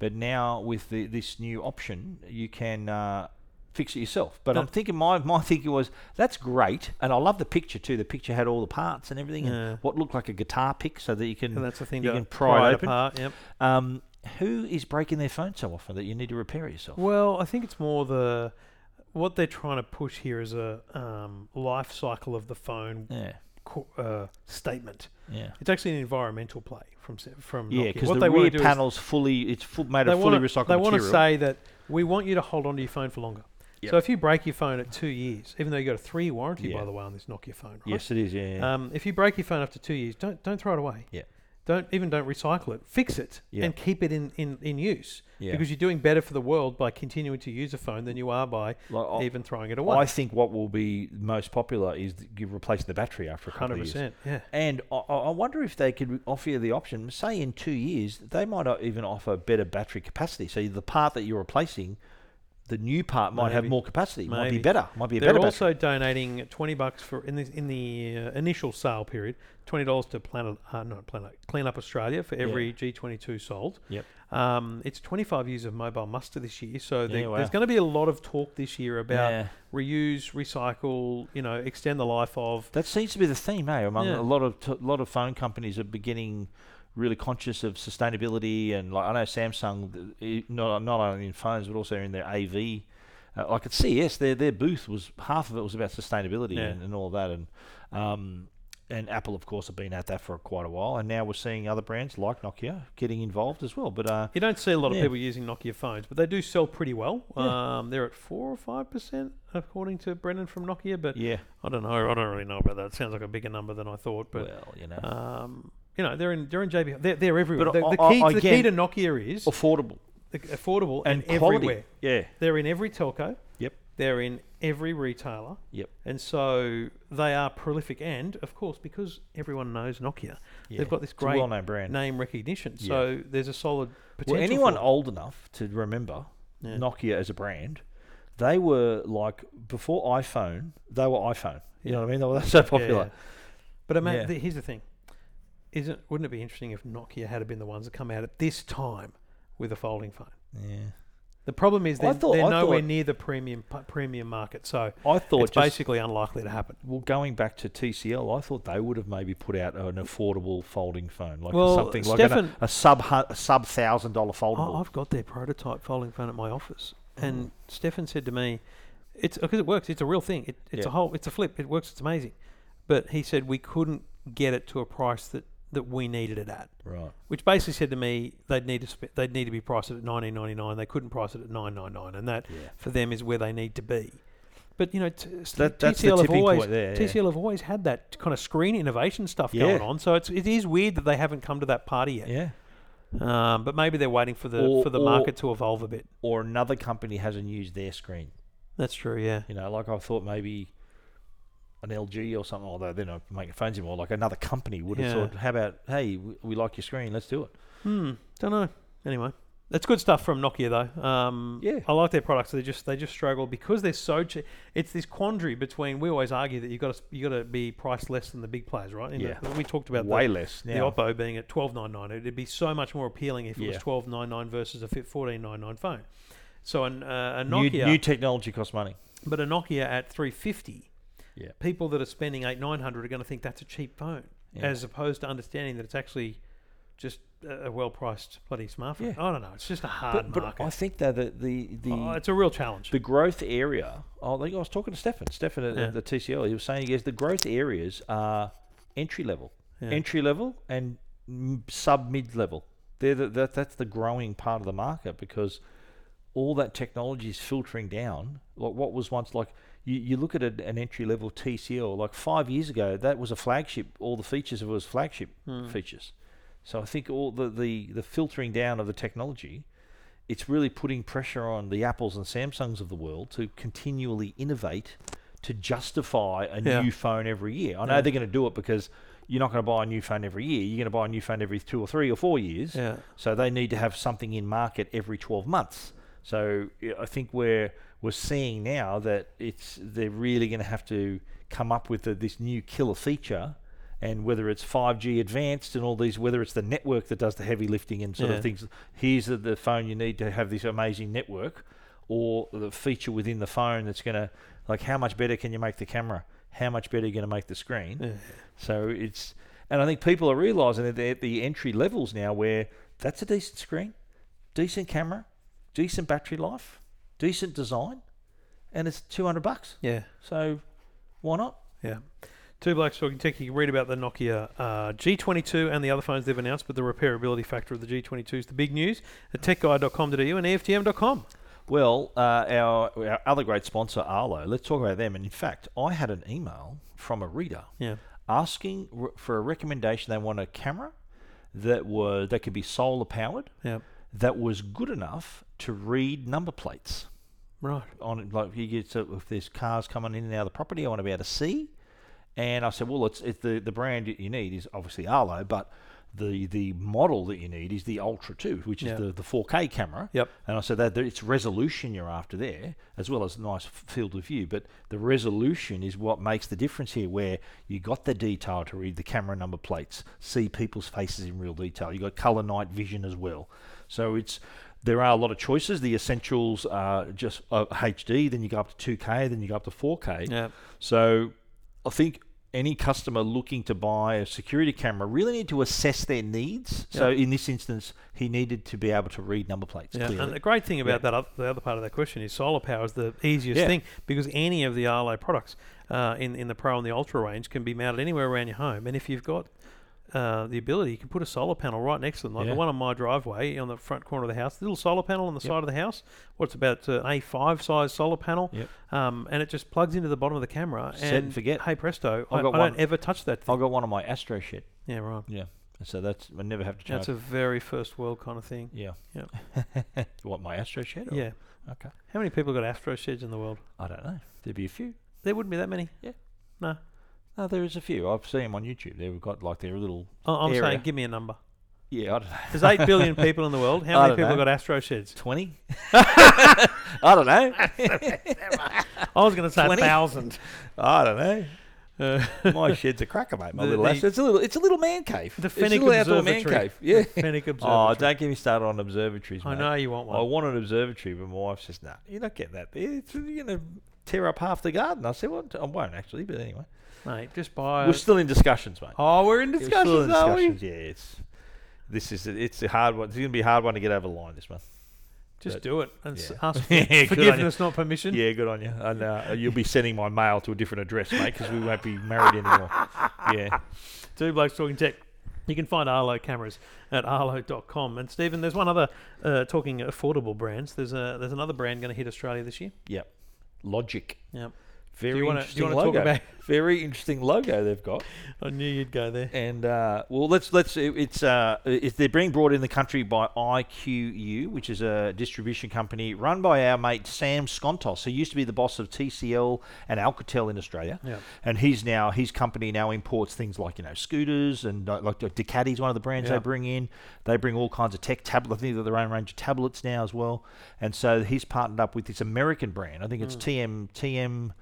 S2: But now with the, this new option, you can uh, fix it yourself. But I'm
S1: That-
S2: thinking my my thinking was that's great, and I love the picture too. The picture had all the parts and everything,
S1: Yeah.
S2: and what looked like a guitar pick, so that you can
S1: And that's the thing
S2: you
S1: to
S2: can pry, it open.
S1: apart. Yep.
S2: Um, who is breaking their phone so often that you need to repair it yourself?
S1: Well, I think it's more the what they're trying to push here is a um, life cycle of the phone
S2: Yeah,
S1: co- uh, statement.
S2: yeah.
S1: It's actually an environmental play from Se- from
S2: Yeah,
S1: Nokia.
S2: because
S1: what
S2: the
S1: they
S2: rear
S1: want to do is
S2: panel's fully it's full, made
S1: they
S2: of fully
S1: wanna-
S2: recycled
S1: They want
S2: material.
S1: to say that we want you to hold on to your phone for longer.
S2: Yep.
S1: So if you break your phone at two years, even though you got a three year warranty by
S2: Yeah.
S1: the way on this Nokia phone, right?
S2: yes, it is. Yeah, yeah.
S1: Um, if you break your phone after two years, don't don't throw it away.
S2: Yeah.
S1: Don't even don't recycle it. Fix it
S2: Yeah.
S1: and keep it in, in, in use
S2: Yeah.
S1: because you're doing better for the world by continuing to use a phone than you are by
S2: Like, I-
S1: even throwing it
S2: I
S1: away.
S2: think what will be most popular is th- you replacing the battery after a couple
S1: Hundred
S2: of years.
S1: percent. Yeah.
S2: And I, I I wonder if they could offer you the option. Say in two years, they might o- even offer better battery capacity. So the part that you're replacing, the new part might have
S1: Maybe.
S2: more capacity. Might be
S1: Maybe.
S2: better. Might be a
S1: They're
S2: better
S1: also donating twenty bucks for in the in the uh, initial sale period, twenty dollars to Planet uh, not Planet Clean Up Australia for every G twenty two sold.
S2: Yep.
S1: Um, it's twenty five years of mobile muster this year, so there-
S2: Yeah, wow.
S1: there's going to be a lot of talk this year about
S2: Yeah.
S1: reuse, recycle, you know, extend the life of.
S2: That seems to be the theme, eh? Among
S1: Yeah.
S2: a lot of t- lot of phone companies are beginning really conscious of sustainability, and like I know Samsung, th- i- not not only in phones but also in their AV. Uh, like at CES, their their booth was half of it was about sustainability
S1: Yeah.
S2: and, and all that, and um, and Apple of course have been at that for quite a while, and now we're seeing other brands like Nokia getting involved as well. But uh,
S1: You don't see a lot of
S2: Yeah.
S1: people using Nokia phones, but they do sell pretty well. Um, they're at four or five percent, according to Brendan from Nokia. But
S2: yeah,
S1: I don't know. I don't really know about that. It sounds like a bigger number than I thought. But uh,
S2: well, you know,
S1: um, you know, they're in they're in JB. They're, they're everywhere.
S2: But
S1: the,
S2: I-
S1: the
S2: I-
S1: key, the key
S2: again-
S1: to Nokia is
S2: affordable.
S1: affordable
S2: and,
S1: and,
S2: quality.
S1: everywhere.
S2: Yeah.
S1: They're in every telco.
S2: Yep.
S1: They're in every retailer.
S2: Yep.
S1: And so they are prolific. And of course, because everyone knows Nokia,
S2: yeah.
S1: they've got this
S2: It's a
S1: great
S2: well-known brand.
S1: name recognition.
S2: Yeah.
S1: So there's a solid potential.
S2: well, anyone
S1: for it.
S2: old enough to remember
S1: Yeah.
S2: Nokia as a brand, they were like before iPhone, they were iPhone. You know what I mean? They were so
S1: Yeah,
S2: popular.
S1: yeah. But I mean,
S2: Yeah.
S1: th- here's the thing: isn't wouldn't it be interesting if Nokia had been the ones that come out at this time with a folding phone?
S2: Yeah.
S1: The problem is
S2: I
S1: they're,
S2: thought-
S1: they're
S2: I
S1: nowhere
S2: thought-
S1: near the premium p- premium market, so
S2: I thought
S1: it's
S2: just
S1: basically unlikely to happen.
S2: well, going back to TCL, I thought they would have maybe put out an affordable folding phone, like
S1: Well,
S2: something like
S1: Stefan-
S2: a, a sub hu- a sub thousand dollar
S1: I,
S2: foldable.
S1: I've got their prototype folding phone at my office, and Stefan said to me, "It's because it works. It's a real thing. It, it's
S2: Yeah.
S1: a whole. It's a flip. It works. It's amazing." But he said we couldn't get it to a price that that we needed it at.
S2: right.
S1: which basically said to me they'd need to sp- they'd need to be priced at 19.99. They couldn't price it at 9.99, and that
S2: Yeah.
S1: for them is where they need to be. But you know, t- TCL
S2: That, that's the
S1: have
S2: tipping
S1: always
S2: point there. yeah.
S1: TCL have always had that kind of screen innovation stuff
S2: Yeah.
S1: going on. So it's it is weird that they haven't come to that party yet.
S2: yeah.
S1: Um, but maybe they're waiting for the
S2: Or-
S1: for the
S2: or-
S1: market to evolve a bit.
S2: Or another company hasn't used their screen.
S1: That's true. Yeah.
S2: You know, like I thought maybe an LG or something, although they're not making phones anymore, like another company would have
S1: Yeah.
S2: thought, how about, hey, we, we like your screen, let's do it.
S1: Hmm. Don't know. Anyway, that's good stuff from Nokia though. Um,
S2: Yeah.
S1: I like their products. They just they just struggle because they're so cheap. It's this quandary between we always argue that you got to you got to be priced less than the big players, right? And
S2: Yeah.
S1: the- we talked about
S2: Way
S1: the,
S2: less
S1: the
S2: now.
S1: Oppo being at twelve nine nine. It'd be so much more appealing if it
S2: Yeah.
S1: was twelve nine nine versus a fit fourteen nine nine phone. So an, uh, a
S2: New,
S1: Nokia,
S2: new technology costs money.
S1: but a Nokia at three fifty.
S2: Yeah.
S1: People that are spending eight nine hundred are going to think that's a cheap phone
S2: Yeah.
S1: as opposed to understanding that it's actually just a a well-priced bloody smartphone.
S2: Yeah.
S1: I don't know. It's just a hard
S2: but, but
S1: Ah, market.
S2: I think though that the the,
S1: Oh, it's a real challenge.
S2: the growth area. I think I was talking to Stefan. Stefan at,
S1: Yeah.
S2: at the TCL. He was saying, yes, the growth areas are entry level,
S1: Yeah.
S2: entry level, and m- sub mid level. They're the, that that's the growing part of the market because all that technology is filtering down. Like what was once like you, you look at an, an entry level TCL. Like five years ago, that was a flagship. All the features of it was flagship
S1: Hmm.
S2: features. So I think all the, the, the filtering down of the technology, it's really putting pressure on the Apples and Samsungs of the world to continually innovate to justify a
S1: Yeah.
S2: new phone every year. I know
S1: Yeah.
S2: they're going to do it because you're not going to buy a new phone every year. You're going to buy a new phone every two or three or four years.
S1: yeah.
S2: So they need to have something in market every 12 months. So I- I think we're we're seeing now that it's they're really going to have to come up with the, this new killer feature, and whether it's 5G advanced and all these, whether it's the network that does the heavy lifting and sort
S1: Yeah.
S2: of things. Here's the, the phone you need to have this amazing network, or the feature within the phone that's going to like how much better can you make the camera? How much better are you going to make the screen?
S1: Yeah.
S2: So it's, and I think people are realizing that they're at the entry levels now where that's a decent screen, decent camera, decent battery life, decent design, and it's 200 bucks.
S1: Yeah.
S2: So why not?
S1: Yeah. Two Blokes Talking Tech. You can read about the Nokia uh, G22 and the other phones they've announced, but the repairability factor of the G22 is the big news at techguide.com.au and EFTM.com.
S2: Well, uh, our, our other great sponsor, Arlo, let's talk about them. And in fact, I had an email from a reader
S1: Yeah.
S2: asking re- for a recommendation. They want a camera that was that could be solar powered,
S1: Yeah.
S2: that was good enough to read number plates.
S1: Right.
S2: on it, like you get so if there's cars coming in and out of the property, I want to be able to see. And I said, well, it's, it's the the brand that you need is obviously Arlo, but the the model that you need is the Ultra Two, which is
S1: Yeah.
S2: the, the 4K camera.
S1: Yep.
S2: And I said that that it's resolution you're after there, as well as nice f- field of view. But the resolution is what makes the difference here, where you got the detail to read the camera number plates, see people's faces in real detail. You got color night vision as well. So it's there are a lot of choices. The essentials are just uh, HD. Then you go up to 2K. Then you go up to 4K.
S1: Yeah.
S2: So I think any customer looking to buy a security camera really need to assess their needs. So in this instance, he needed to be able to read number plates
S1: Yeah,
S2: clearly.
S1: and the great thing about
S2: Yeah.
S1: that, oth- the other part of that question is solar power is the easiest
S2: Yeah.
S1: thing because any of the Arlo products uh, in in the Pro and the Ultra range can be mounted anywhere around your home, and if you've got uh, the ability, you can put a solar panel right next to them, like
S2: Yeah.
S1: the one on my driveway on the front corner of the house. Little solar panel on the
S2: Yep.
S1: side of the house. What's about uh, A5 size solar panel,
S2: Yep.
S1: um, and it just plugs into the bottom of the camera.
S2: Set and forget.
S1: Hey presto,
S2: I've
S1: I,
S2: got
S1: I
S2: one. Oh.
S1: don't ever touch that thing.
S2: I've got one on my Astro shed.
S1: Yeah, right.
S2: Yeah. So that's I never have to change.
S1: That's a very first world kind of thing.
S2: yeah.
S1: Yep.
S2: what my Astro shed? Or?
S1: Yeah.
S2: Okay.
S1: How many people got Astro sheds in the world?
S2: I don't know. There'd be a few.
S1: There wouldn't be that many.
S2: No, there is a few. I've seen them on YouTube. They've got like their little.
S1: I- I'm
S2: Area.
S1: saying, give me a number.
S2: Yeah, I don't know.
S1: There's 8 billion people in the world. How
S2: I
S1: many
S2: don't
S1: people
S2: know.
S1: got Astro sheds?
S2: Twenty. I don't know.
S1: I was going to say
S2: 20?
S1: 1,000.
S2: I don't know. Oh,
S1: Uh,
S2: My shed's a cracker, mate. My
S1: The-
S2: little
S1: the-
S2: Astro. It's a little. It's a little man cave.
S1: The
S2: It's a little
S1: Fennec
S2: outdoor man
S1: Observatory.
S2: cave. Yeah.
S1: Fennec
S2: Oh,
S1: Observatory.
S2: don't get me started on observatories, mate.
S1: I know you want
S2: I Oh.
S1: one.
S2: want an observatory, but my wife says, "No, you're not getting that. It's, you're going to tear up half the garden." I said, "Well, I won't actually, but anyway."
S1: Mate, just buy
S2: We're
S1: it.
S2: still in discussions, mate.
S1: Oh, we're in
S2: We're still
S1: discussions,
S2: in
S1: are we?
S2: discussions. Yeah, it's this is it's a hard one. It's going to be a hard one to get over the line this month.
S1: Just
S2: But-
S1: do it and s
S2: Yeah.
S1: ask for
S2: Good on you.
S1: forgiveness, not permission.
S2: Yeah, good on you. And uh, you'll be sending my mail to a different address, mate, because we won't be married anymore. Yeah,
S1: Two Blokes Talking Tech. You can find Arlo cameras at arlo.com. And Stephen, there's one other uh, talking affordable brands. There's a there's another brand going to hit Australia this year.
S2: logic.
S1: Yep.
S2: Very
S1: do you wanna- do you
S2: interesting
S1: wanna
S2: logo.
S1: talk about?
S2: Very interesting logo they've got.
S1: I knew you'd go there.
S2: And uh, well, let's let's it, it's uh, it, they're being brought in the country by IQU, which is a distribution company run by our mate Sam Skontos, who used to be the boss of TCL and Alcatel in Australia.
S1: Yeah.
S2: And he's now his company now imports things like you know scooters and uh, like Ducati's one of the brands
S1: Yeah.
S2: they bring in. They bring all kinds of tech tablets. I think they've got their own range of tablets now as well. And so he's partnered up with this American brand. I think
S1: Hmm.
S2: it's TM TM.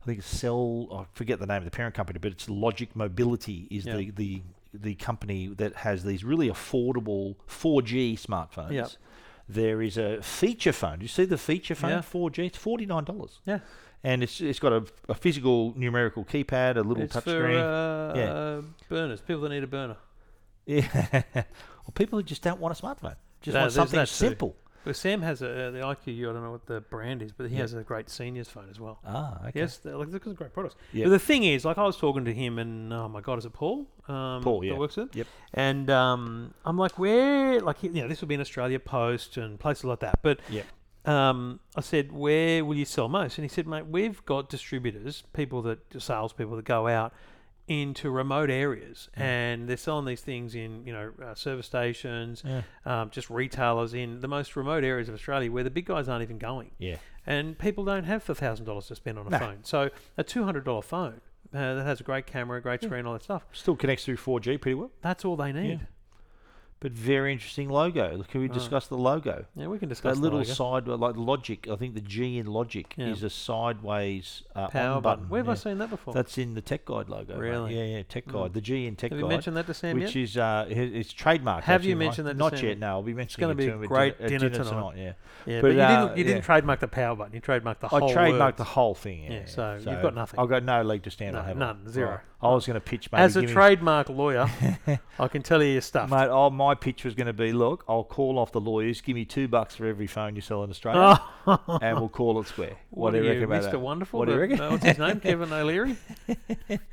S2: I think it's Cell. I forget the name of the parent company, but it's Logic Mobility is
S1: Yeah.
S2: the the the company that has these really affordable 4G smartphones.
S1: Yep.
S2: There is a feature phone. Do you see the feature phone?
S1: Yeah.
S2: 4G. It's forty nine dollars.
S1: Yeah.
S2: And it's it's got a, a physical numerical keypad, a little
S1: It's
S2: touch
S1: for
S2: screen.
S1: uh,
S2: Yeah.
S1: uh, burners, people that need a burner.
S2: yeah. well, people who just don't want a smartphone. Just
S1: No,
S2: want
S1: there's
S2: something
S1: that too.
S2: simple.
S1: But Sam has a, uh, the IQU, I don't know what the brand is, but he
S2: Yeah.
S1: has a great seniors phone as well.
S2: Ah, okay.
S1: Yes, they're, like, they're great products.
S2: Yeah.
S1: But the thing is, like I was talking to him, and oh my god, is it Paul? Um,
S2: Paul, yeah.
S1: that works with. him?
S2: Yep.
S1: And um, I'm like, where? Like, you know, this will be in Australia Post and places like that. But
S2: Yeah.
S1: um, I said, where will you sell most? And he said, mate, we've got distributors, people that salespeople that go out into remote areas,
S2: Mm.
S1: and they're selling these things in you know uh, service stations,
S2: Yeah.
S1: um, just retailers in the most remote areas of Australia where the big guys aren't even going
S2: Yeah.
S1: and people don't have the thousand dollars to spend on a
S2: No.
S1: phone. So a two hundred dollar phone uh, that has a great camera, great screen, all that stuff.
S2: Still connects through 4G pretty well.
S1: That's all they need.
S2: But very interesting logo. Can we
S1: Right.
S2: discuss the logo?
S1: Yeah, we can Ah.
S2: That
S1: discuss
S2: little
S1: that later.
S2: side, like logic. I think the G in logic
S1: Yeah.
S2: is a sideways uh, on
S1: power button.
S2: button.
S1: Where have I
S2: yeah.
S1: seen that before?
S2: That's in the Tech Guide logo. mate.
S1: Really?
S2: Yeah, yeah. Tech
S1: Mm.
S2: Guide. The G in Tech
S1: have
S2: Guide.
S1: you mentioned that to Sam
S2: which
S1: yet?
S2: is uh, hi- it's trademark.
S1: Have you
S2: actually,
S1: mentioned
S2: right?
S1: that to
S2: Not
S1: Sam
S2: yet. No, I'll be mentioning
S1: gonna
S2: it
S1: be
S2: to
S1: a
S2: him at
S1: great
S2: din- at
S1: dinner tonight.
S2: tonight. Yeah,
S1: yeah, but,
S2: but,
S1: you
S2: uh,
S1: didn't. You
S2: yeah.
S1: didn't trademark the power button. You trademarked the
S2: I
S1: whole.
S2: trademarked
S1: word.
S2: the whole thing. Yeah,
S1: Yeah, so you've got nothing.
S2: I've got no leg to stand
S1: No,
S2: on. have I?
S1: none, zero.
S2: Right. I was going to pitch. Maybe
S1: As a
S2: give me-
S1: trademark lawyer, I can tell you your stuff.
S2: Mate, oh, my pitch was going to be, look, I'll call off the lawyers, give me two bucks for every phone you sell in Australia, and we'll call it square.
S1: Oh.
S2: What,
S1: What,
S2: do
S1: are
S2: you reckon
S1: you,
S2: about
S1: Mr.
S2: that?
S1: Wonderful?
S2: What do you
S1: the-
S2: reckon?
S1: uh, what's his name? Kevin O'Leary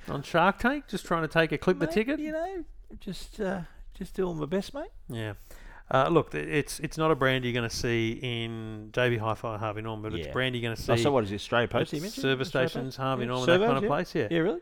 S1: on Shark Tank, just trying to take a clip the
S2: Mate,
S1: ticket.
S2: You know, just uh, just doing my best, mate.
S1: Yeah. Uh, look, th- it's it's not a brand you're going to see in JB Hi-Fi or Harvey Norman, but it's a
S2: Yeah.
S1: brand you're going to see
S2: Oh, so what is it, Australia Post?
S1: at
S2: you mentioned?
S1: service
S2: Australia Post?
S1: stations, Harvey
S2: Yeah.
S1: Norman, that
S2: Servos,
S1: kind of
S2: yeah.
S1: place. Yeah,
S2: Yeah, really?
S1: Um,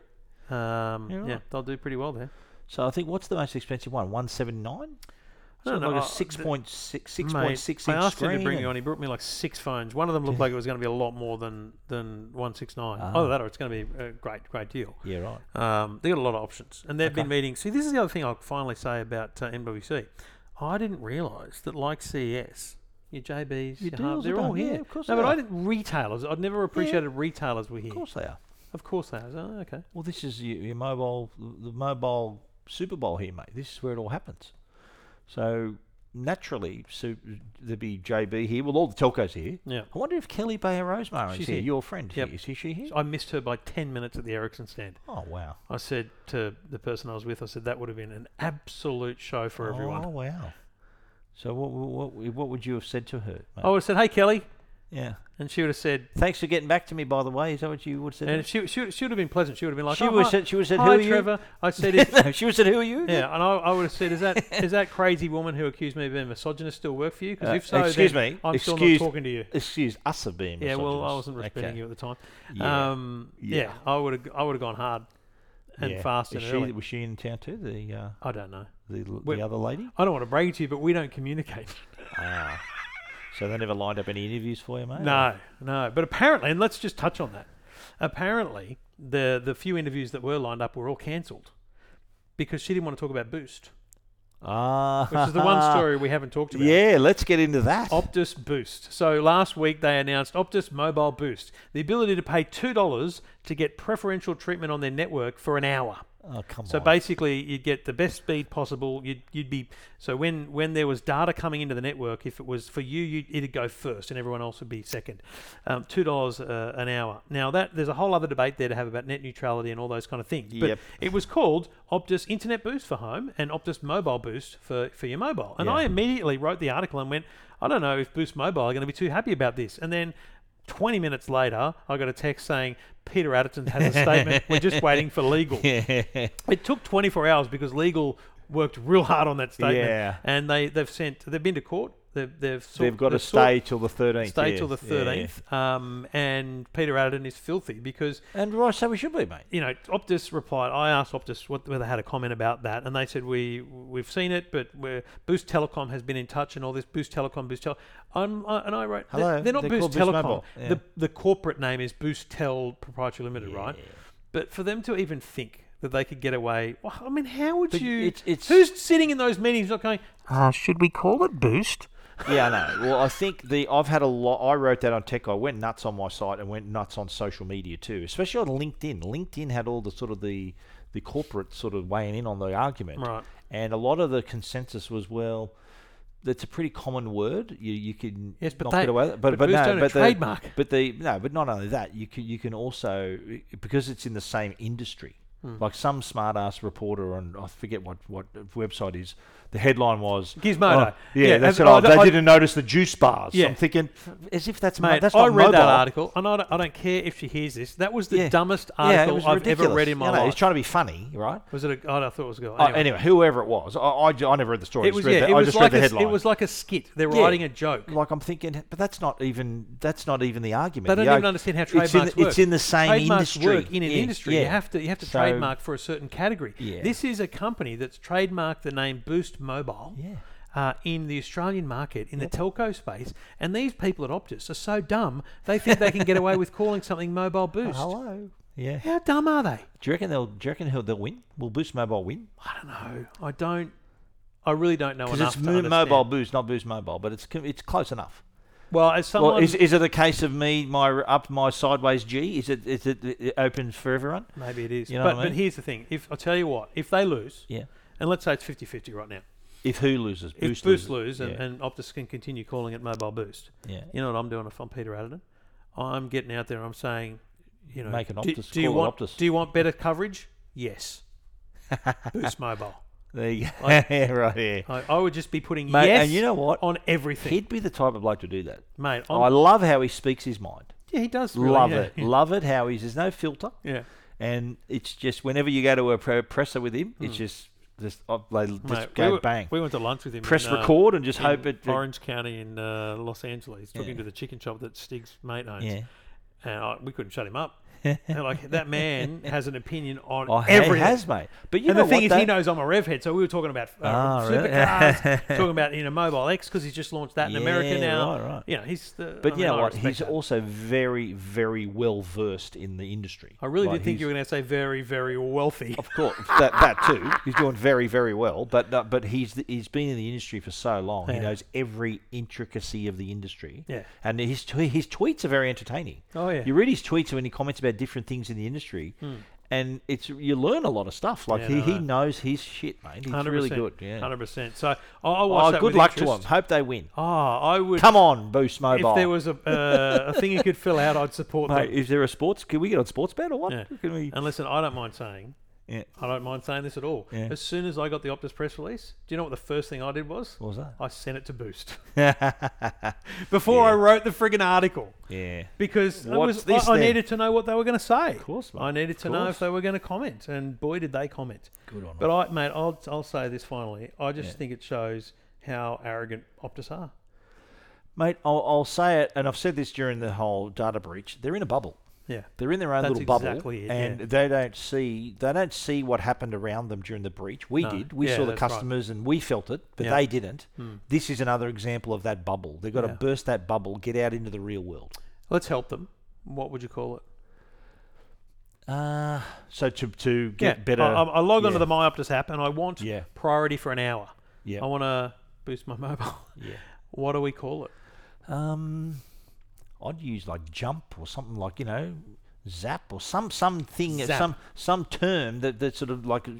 S2: Yeah,
S1: yeah,
S2: right.
S1: they'll do pretty well there.
S2: So I think what's the most expensive one? One seven nine.
S1: I
S2: So
S1: don't know,
S2: like
S1: uh,
S2: a
S1: the-
S2: six point six six
S1: Mate,
S2: point six
S1: I
S2: inch
S1: asked
S2: screen.
S1: him to bring me
S2: and-
S1: on. He brought me like six phones. One of them looked like it was going to be a lot more than than one six nine.
S2: Ah.
S1: Either that or it's going to be a great great deal.
S2: Yeah, right.
S1: Um, they got a lot of options, and they've been
S2: Okay.
S1: meeting. See, this is the other thing I'll finally say about uh, NWC. I didn't realise that, like CS, your JBs,
S2: Your
S1: your Harveys,
S2: deals are
S1: they're all
S2: done, yeah,
S1: here.
S2: of course
S1: no,
S2: they
S1: but I
S2: are.
S1: didn't retailers. I'd never appreciated retailers were here.
S2: Of course they are.
S1: Of course they are. Oh, okay.
S2: Well, this is your, your mobile, the mobile Super Bowl here, mate. This is where it all happens. So naturally, so there'd be JB here. Well, all the telcos are here.
S1: Yeah.
S2: I wonder if Kelly Bayer Rosemary is
S1: She's
S2: here,
S1: here.
S2: Your friend,
S1: Yep.
S2: is, is she here?
S1: I missed her by ten minutes at the Ericsson stand.
S2: Oh wow!
S1: I said to the person I was with, I said that would have been an absolute show for
S2: Oh
S1: everyone.
S2: wow! So what what what- what would you have said to her? mate?
S1: I would have said, "Hey, Kelly,"
S2: yeah.
S1: and she would have said,
S2: Thanks for getting back to me, by the way. Is that what you would have said? to
S1: and
S2: her?
S1: she she, she would have been pleasant. She would have been like,
S2: she
S1: "Oh,
S2: would
S1: hi,
S2: said she would said who
S1: hi,
S2: are you?
S1: Trevor." I said, "Is
S2: no, she would said who are you?
S1: Yeah, and I, I would have said, is that is that crazy woman who accused me of being misogynist still work for you? Because
S2: Uh,
S1: if so,
S2: excuse
S1: then
S2: me,
S1: I'm still not
S2: excuse-
S1: talking to you.
S2: Excuse us of being.
S1: Yeah, well, I
S2: misogynists.
S1: wasn't respecting
S2: Okay.
S1: you at the time.
S2: Yeah.
S1: Um, yeah.
S2: Yeah.
S1: I would have I would have gone hard and
S2: Yeah.
S1: fast
S2: Is
S1: and
S2: she,
S1: early.
S2: was she in town too? The uh,
S1: I don't know.
S2: the, l-
S1: Well-
S2: the other lady?
S1: I don't want to brag to you, but we don't communicate.
S2: Ah. So they never lined up any interviews for you, mate?
S1: No, no. But apparently, and let's just touch on that. Apparently, the the few interviews that were lined up were all cancelled because she didn't want to talk about Boost,
S2: Ah.
S1: which is the one story we haven't talked about.
S2: Yeah, let's get into that.
S1: Optus Boost. So last week they announced Optus Mobile Boost, the ability to pay $2 to get preferential treatment on their network for an hour.
S2: oh, come
S1: So
S2: on.
S1: basically, you'd get the best speed possible. You'd, you'd be so when when there was data coming into the network, if it was for you, you'd, it'd go first, and everyone else would be second. Um, Two dollars uh, an hour. Now that there's a whole other debate there to have about net neutrality and all those kind of things. But
S2: Yep.
S1: it was called Optus Internet Boost for home and Optus Mobile Boost for for your mobile. And
S2: Yeah.
S1: I immediately wrote the article and went, I don't know if Boost Mobile are going to be too happy about this. And then. 20 minutes later, I got a text saying, Peter Adderton has a statement. We're just waiting for legal. It took 24 hours because legal worked real hard on that statement.
S2: Yeah.
S1: And they, they've sent, they've been to court. They've, they've, sort,
S2: They've got to
S1: they've sort-
S2: stay till the 13th.
S1: stay
S2: yeah.
S1: till the
S2: Yeah.
S1: 13th. Um, and Peter Adderton is filthy because,
S2: And right, so we should be, mate.
S1: you know, Optus replied, I asked Optus what, whether they had a comment about that. And they said, we, we've seen it, but we're, Boost Telecom has been in touch and all this. Boost Telecom, Boost Telecom. I'm, I- and I wrote, they're-
S2: Hello,
S1: They're, not
S2: they're
S1: Boost
S2: called Boost
S1: Telecom.
S2: Mobile. Yeah.
S1: the, the corporate name is Boost Tel Proprietary Limited, right? But for them to even think that they could get away, well, I mean, how would
S2: But
S1: you?
S2: it's- it's-
S1: who's sitting in those meetings not going? Uh, should we call it Boost?
S2: yeah, I know. Well, I think the I've had a lot. I wrote that on Tech. I went nuts on my site and went nuts on social media too, especially on LinkedIn. LinkedIn had all the sort of the the corporate sort of weighing in on the argument,
S1: Right.
S2: and a lot of the consensus was well. That's a pretty common word. You you can
S1: Yes, but
S2: not
S1: they-
S2: get away. With it. But
S1: but
S2: but
S1: Boost
S2: no,
S1: own a
S2: but the,
S1: trademark.
S2: But the no, but not only that. You can you can also because it's in the same industry.
S1: Hmm.
S2: Like some smart ass reporter on I forget what what website is. The headline was
S1: Gizmodo.
S2: Oh, yeah,
S1: Yeah,
S2: that's
S1: and
S2: it. Oh,
S1: I-
S2: they
S1: I-
S2: didn't notice the juice bars.
S1: Yeah.
S2: I'm thinking as if that's
S1: Mate,
S2: mate. That's
S1: I
S2: not
S1: read that
S2: mobile.
S1: article, and I don't, I don't care if she hears this. That was the
S2: Yeah.
S1: dumbest
S2: Yeah, it
S1: article
S2: was
S1: I've ever
S2: ridiculous.
S1: read in my
S2: I know, He's
S1: life.
S2: trying to be funny, right?
S1: Was it? A, I thought it was a girl.
S2: Oh,
S1: Anyway.
S2: Anyway, whoever it was, I, I, ju- I never read the story. I
S1: it
S2: just
S1: was
S2: read
S1: yeah.
S2: the-
S1: It
S2: I
S1: was
S2: just read
S1: like a,
S2: the
S1: s-
S2: headline.
S1: it was like a skit. They're
S2: Yeah.
S1: writing a joke.
S2: like I'm thinking, but that's not even that's not even the argument.
S1: They don't
S2: The
S1: even
S2: arg-
S1: understand how
S2: it's in,
S1: trademarks
S2: the-
S1: work.
S2: It's in the same
S1: trademarks
S2: industry.
S1: work in an
S2: Yeah,
S1: industry. You
S2: yeah.
S1: have to you have to
S2: So-
S1: trademark for a certain category.
S2: Yeah.
S1: This is a company that's trademarked the name Boost Mobile.
S2: Yeah.
S1: Uh, in the Australian market, in the telco space, and these people at Optus are so dumb they think they can get away with calling something mobile boost.
S2: Hello. Yeah.
S1: How dumb are they?
S2: Do you reckon they'll? Do you reckon he'll- they'll win? Will Boost Mobile win?
S1: I don't know. I don't. I really don't know
S2: Because
S1: enough.
S2: it's
S1: to
S2: Mo-
S1: understand.
S2: mobile Boost, not Boost Mobile, but it's co- it's close enough.
S1: Well, as someone,
S2: well, is, is it a case of me my r- up my sideways G? Is it is it, it open for everyone?
S1: maybe it is.
S2: You know
S1: but,
S2: what I
S1: but
S2: mean?
S1: here's the thing: if I tell you what, if they lose,
S2: Yeah.
S1: and let's say it's 50-50 right now,
S2: If who loses,
S1: if
S2: Boost,
S1: Boost
S2: loses.
S1: lose and,
S2: yeah.
S1: and Optus can continue calling it Mobile Boost,
S2: yeah.
S1: you know what I'm doing if I'm Peter Adderton? I'm getting out there. I'm saying, you know,
S2: Make an
S1: do,
S2: Optus,
S1: do you
S2: call it
S1: want
S2: Optus.
S1: do you want better coverage? Yes. Boost Mobile.
S2: There you go. Yeah, right here.
S1: I, I would just be putting
S2: Mate,
S1: yes
S2: and you know what?
S1: on everything,
S2: He'd be the type of bloke to do that.
S1: mate. I'm,
S2: I love how he speaks his mind.
S1: yeah, he does. Really,
S2: love
S1: yeah.
S2: it. Love it how he's there's no filter.
S1: Yeah,
S2: And it's just whenever you go to a pre- presser with him, it's just just oh, they just
S1: Hmm. mate.
S2: go
S1: we were-
S2: bang.
S1: We went to lunch with him.
S2: Press
S1: in, uh,
S2: record and just hope
S1: in
S2: it.
S1: Orange County in uh, Los Angeles, talking
S2: Yeah.
S1: to the chicken shop that Stig's mate owns,
S2: yeah.
S1: and I, we couldn't shut him up. And, like that man has an opinion on
S2: Oh, he
S1: everything.
S2: has, mate. But you
S1: and
S2: know
S1: the thing is,
S2: what,
S1: he
S2: though?
S1: knows I'm a rev head, so we were talking about uh,
S2: Ah, really?
S1: supercars, talking about you know Mobile X because he's just launched that in America
S2: Yeah,
S1: now.
S2: right, right.
S1: You know, he's the.
S2: But
S1: I
S2: you
S1: mean,
S2: know
S1: I
S2: what?
S1: respect
S2: He's
S1: that.
S2: also very, very well versed in the industry.
S1: I really
S2: Like,
S1: did think you were
S2: he's-
S1: going to say very, very wealthy.
S2: Of course, that, that too. He's doing very, very well. But uh, but he's the, he's been in the industry for so long.
S1: Yeah.
S2: He knows every intricacy of the industry.
S1: Yeah.
S2: And his tw- his tweets are very entertaining.
S1: Oh, yeah. Hmm.
S2: You read his tweets when he comments about different things in the industry, and it's you learn a lot of stuff. Like
S1: Yeah,
S2: he,
S1: no,
S2: he
S1: no.
S2: knows his shit, mate. He's really good. Yeah.
S1: hundred percent. So I I watched
S2: Oh,
S1: that
S2: good
S1: with
S2: luck to
S1: interest.
S2: him. Hope they win.
S1: Oh, I would.
S2: Come on, Boost Mobile.
S1: if there was a, uh, a thing you could fill out, I'd support
S2: Mate,
S1: that.
S2: is there a sports? Can we get on sports bet or what?
S1: Yeah.
S2: Can we?
S1: And listen, I don't mind saying,
S2: Yeah.
S1: I don't mind saying this at all.
S2: Yeah.
S1: As soon as I got the Optus press release, do you know what the first thing I did was?
S2: What was that?
S1: I sent it to Boost before I wrote the friggin' article
S2: yeah.
S1: because I,
S2: What's
S1: was,
S2: this
S1: I, I
S2: then?
S1: needed to know what they were going to say. Of
S2: course, mate.
S1: I needed to know
S2: Course.
S1: if they were going to comment, and boy, did they comment.
S2: Good on
S1: But I, mate, I'll, I'll say this finally. I just
S2: Yeah.
S1: think it shows how arrogant Optus are.
S2: Mate, I'll, I'll say it, and I've said this during the whole data breach. They're in a bubble.
S1: Yeah.
S2: They're in their own
S1: That's
S2: little bubble,
S1: exactly it, yeah.
S2: and they don't see they don't see what happened around them during the breach. We
S1: No.
S2: did. We
S1: Yeah,
S2: saw the
S1: that's right.
S2: customers and we felt it, but
S1: Yeah.
S2: they didn't.
S1: Mm.
S2: This is another example of that bubble. They've got
S1: Yeah.
S2: to burst that bubble, get out into the real world.
S1: Let's help them. What would you call it?
S2: Uh, so to to get
S1: yeah.
S2: better,
S1: I, I I log onto
S2: yeah.
S1: the My Optus app and I want
S2: Yeah.
S1: priority for an hour.
S2: Yeah.
S1: I want to boost my mobile.
S2: yeah.
S1: what do we call it?
S2: Um, I'd use like jump or something like you know, zap or some something
S1: Zap.
S2: some some term that that sort of like uh,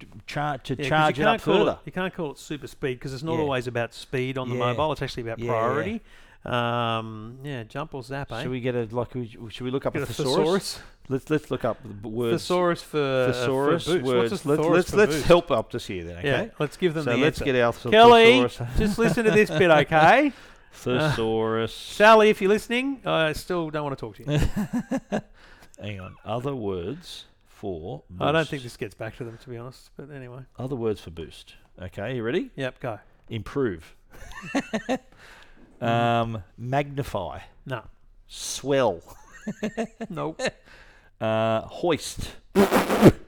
S2: t- char- to
S1: 'cause you
S2: charge it
S1: can't
S2: up
S1: call
S2: further.
S1: you can't call it super speed because it's not
S2: Yeah.
S1: always about speed on the
S2: Yeah.
S1: mobile. It's actually about
S2: Yeah, yeah.
S1: priority. Um, yeah, jump or zap, eh?
S2: Should we get a like? we- Should we look up
S1: Get
S2: a,
S1: a
S2: thesaurus?
S1: thesaurus?
S2: Let's let's look up the b- words.
S1: Thesaurus for uh,
S2: Thesaurus
S1: for boost.
S2: words.
S1: What's a
S2: let's
S1: thesaurus
S2: let's,
S1: for
S2: let's
S1: boost?
S2: help up this here then. Okay.
S1: Yeah, let's give them
S2: so
S1: the
S2: let's
S1: answer.
S2: get our th-
S1: Kelly,
S2: thesaurus.
S1: just listen to this bit, okay?
S2: thesaurus.
S1: Sally, if you're listening, I still don't want to talk to you.
S2: Hang on. Other words for. Boost.
S1: I don't think this gets back to them, to be honest. But anyway,
S2: Other words for boost. Okay, you ready?
S1: yep, go.
S2: Improve. um, magnify.
S1: No,
S2: Swell.
S1: nope.
S2: Uh, hoist.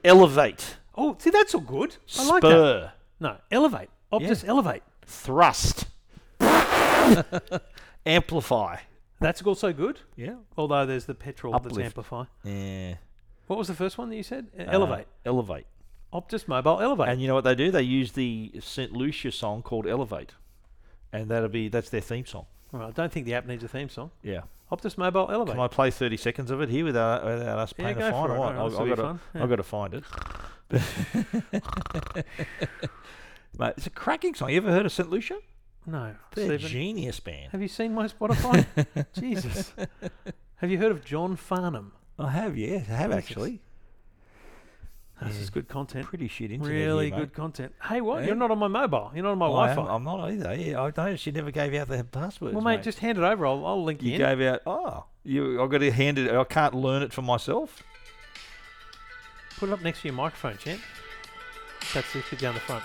S2: elevate.
S1: Oh, see, that's all good. I like that.
S2: spur.
S1: No, elevate. Optus elevate.
S2: Thrust. Amplify.
S1: That's also good.
S2: Yeah.
S1: Although there's the petrol that's
S2: Uplift.
S1: amplify.
S2: Yeah.
S1: What was the first one that you said? Uh, elevate.
S2: Uh, elevate.
S1: Optus mobile elevate.
S2: And you know what they do? They use the St. Lucia song called Elevate. And that'll be that's their theme song.
S1: All right, I don't think the app needs a theme song.
S2: Yeah.
S1: Optus mobile elevate.
S2: Can I play 30 seconds of it here without, without us
S1: Yeah,
S2: paying
S1: go
S2: a fine?
S1: for it.
S2: or what?
S1: Alright,
S2: I've,
S1: this'll be
S2: I've got
S1: fun.
S2: to,
S1: Yeah.
S2: I've got to find it. Mate, it's a cracking song. You ever heard of St. Lucia?
S1: No,
S2: They're a
S1: Stephen.
S2: genius band.
S1: Have you seen my Spotify? Jesus. Have you heard of John Farnham?
S2: I have, yeah. I have
S1: Jesus.
S2: actually.
S1: This is good content.
S2: Pretty shit internet. here,
S1: Really
S2: mate.
S1: good content. Hey, what?
S2: Yeah.
S1: You're not on my mobile. You're not on my
S2: Oh, I
S1: Wi
S2: am-
S1: Fi.
S2: I'm not either. Yeah, I noticed you never gave out the passwords.
S1: Well, mate, just hand it over. I'll, I'll link you,
S2: You
S1: in.
S2: gave out. Oh, you. I got to hand it. I can't learn it for myself.
S1: Put it up next to your microphone, champ. That's it. Down the front.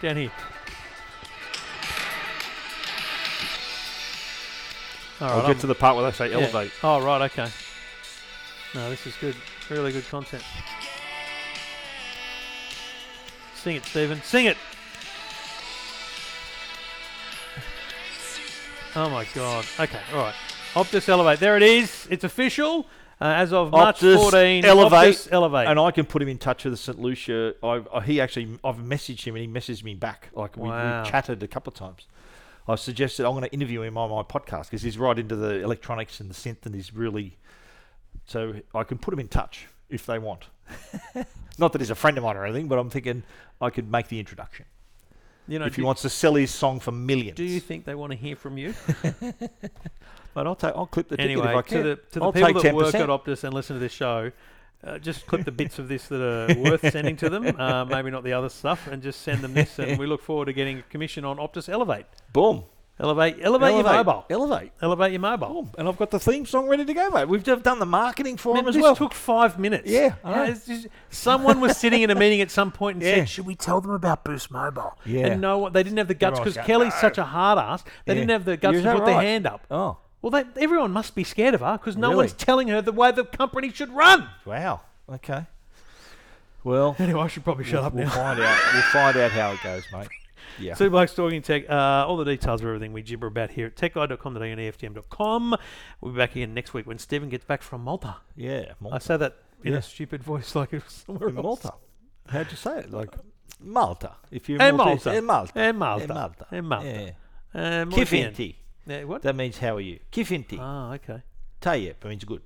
S1: Down here. All right,
S2: I'll
S1: I'm-
S2: get to the part where they say
S1: Oh, yeah.
S2: elevate.
S1: Oh, right. Okay. No, this is good. Really good content. Sing it, Stephen. Sing it. Oh my God. Okay. All right. Optus Elevate. There it is. It's official. Uh, as of March
S2: Optus
S1: 14,
S2: Elevate.
S1: Optus Elevate.
S2: And I can put him in touch with the St. Lucia. I, I, he actually, I've messaged him and he messaged me back. Like we,
S1: Wow.
S2: we chatted a couple of times. I suggested I'm going to interview him on my podcast because he's right into the electronics and the synth and he's really. So I can put him in touch if they want. Not that he's a friend of mine or anything, but I'm thinking I could make the introduction
S1: you know,
S2: if
S1: do,
S2: he wants to sell his song for millions.
S1: do you think they want to hear from you?
S2: But I'll take. I'll clip the ticket if
S1: anyway,
S2: I can.
S1: to the to the
S2: I'll
S1: people
S2: take
S1: that work
S2: 10%.
S1: at Optus and listen to this show, uh, just clip the bits of this that are worth sending to them. Uh, maybe not the other stuff, and just send them this. And we look forward to getting a commission on Optus Elevate.
S2: Boom.
S1: Elevate, elevate, Oh, your mobile.
S2: Elevate.
S1: Elevate your mobile.
S2: Boom. And I've got the theme song ready to go, mate. We've just done the marketing for
S1: Man,
S2: him as
S1: this
S2: well.
S1: took five minutes.
S2: Yeah, I
S1: Uh,
S2: know.
S1: it's just- someone was sitting in a meeting at some point and
S2: Yeah.
S1: said, "Should we tell them about Boost Mobile?"
S2: Yeah.
S1: And no one, they didn't have the guts
S2: Everyone's
S1: because
S2: going,
S1: Kelly's
S2: "No."
S1: such a hard ass. They
S2: Yeah.
S1: didn't have the guts
S2: Is
S1: to
S2: that
S1: put their
S2: right?
S1: hand up.
S2: oh,
S1: Well, they, everyone must be scared of her because no
S2: Really?
S1: one's telling her the way the company should run.
S2: wow. Okay. Well,
S1: Anyway, I should probably shut up
S2: we'll
S1: now.
S2: find out. We'll find out how it goes, mate. Yeah.
S1: Two Blokes Talking Tech. Uh, all the details of everything we gibber about here at techguide.com.au and E EFTM.com. We'll be back again next week when Stephen gets back from Malta.
S2: yeah. Malta.
S1: I say that in
S2: Yeah.
S1: a stupid voice like it was somewhere else.
S2: Malta. How'd you say it? Like Malta. If you're
S1: And
S2: Maltese-
S1: Malta.
S2: Eh, Malta.
S1: And Malta.
S2: Eh, Malta.
S1: And Malta.
S2: Yeah.
S1: Uh, muy bien.
S2: Kifinti.
S1: Yeah, Uh, what?
S2: That means how are you? Kifinti.
S1: Ah, okay.
S2: Tayep Uh, means good.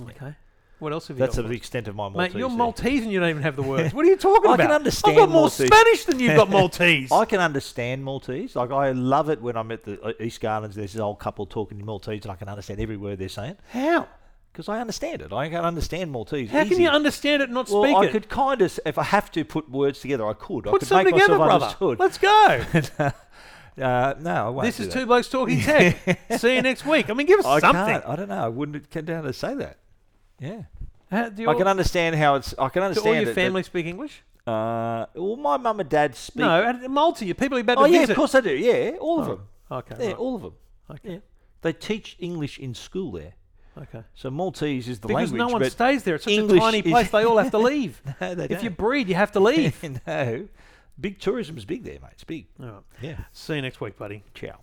S1: Okay. What else have you
S2: That's
S1: got?
S2: the
S1: for us?
S2: extent of my
S1: Mate,
S2: Maltese.
S1: you're
S2: there.
S1: Maltese and you don't even have the words. What are you talking
S2: I
S1: about?
S2: can understand
S1: I've got more
S2: Maltese.
S1: Spanish than you've got Maltese.
S2: I can understand Maltese. Like I love it when I'm at the uh, East Gardens. There's this old couple talking in Maltese, and I can understand every word they're saying
S1: How?
S2: because I understand it. I can understand Maltese.
S1: How can
S2: easy.
S1: you understand it and not
S2: Well,
S1: speak
S2: I
S1: it?
S2: could kind of, s- if I have to put words together, I could. I
S1: Put
S2: could
S1: some
S2: make
S1: together,
S2: myself
S1: brother.
S2: understood.
S1: Let's go.
S2: Uh, no, I won't.
S1: This
S2: do
S1: is
S2: that.
S1: Two Blokes Talking Tech. See you next week. I mean, give us
S2: I
S1: something.
S2: Can't, I don't know. I wouldn't come down to say that. Yeah,
S1: How- do
S2: I
S1: all,
S2: can understand how it's. I can
S1: do
S2: understand
S1: all your
S2: it,
S1: family speak English?
S2: That, uh, well, my mum and dad speak.
S1: No, at Malta, your people are about
S2: Oh
S1: to
S2: yeah,
S1: visit.
S2: of course I do. Yeah, all of
S1: Oh,
S2: them.
S1: Okay,
S2: Yeah,
S1: right.
S2: all of them.
S1: okay.
S2: They teach English in school there.
S1: Okay.
S2: So Maltese is the
S1: Because
S2: language,
S1: no one
S2: but
S1: stays there. It's such
S2: English
S1: a tiny
S2: is-
S1: place. They all have to leave.
S2: No, they
S1: if you
S2: don't.
S1: breed, you have to leave.
S2: no, big tourism's big there, mate. It's big.
S1: all right.
S2: Yeah.
S1: See you next week, buddy.
S2: Ciao.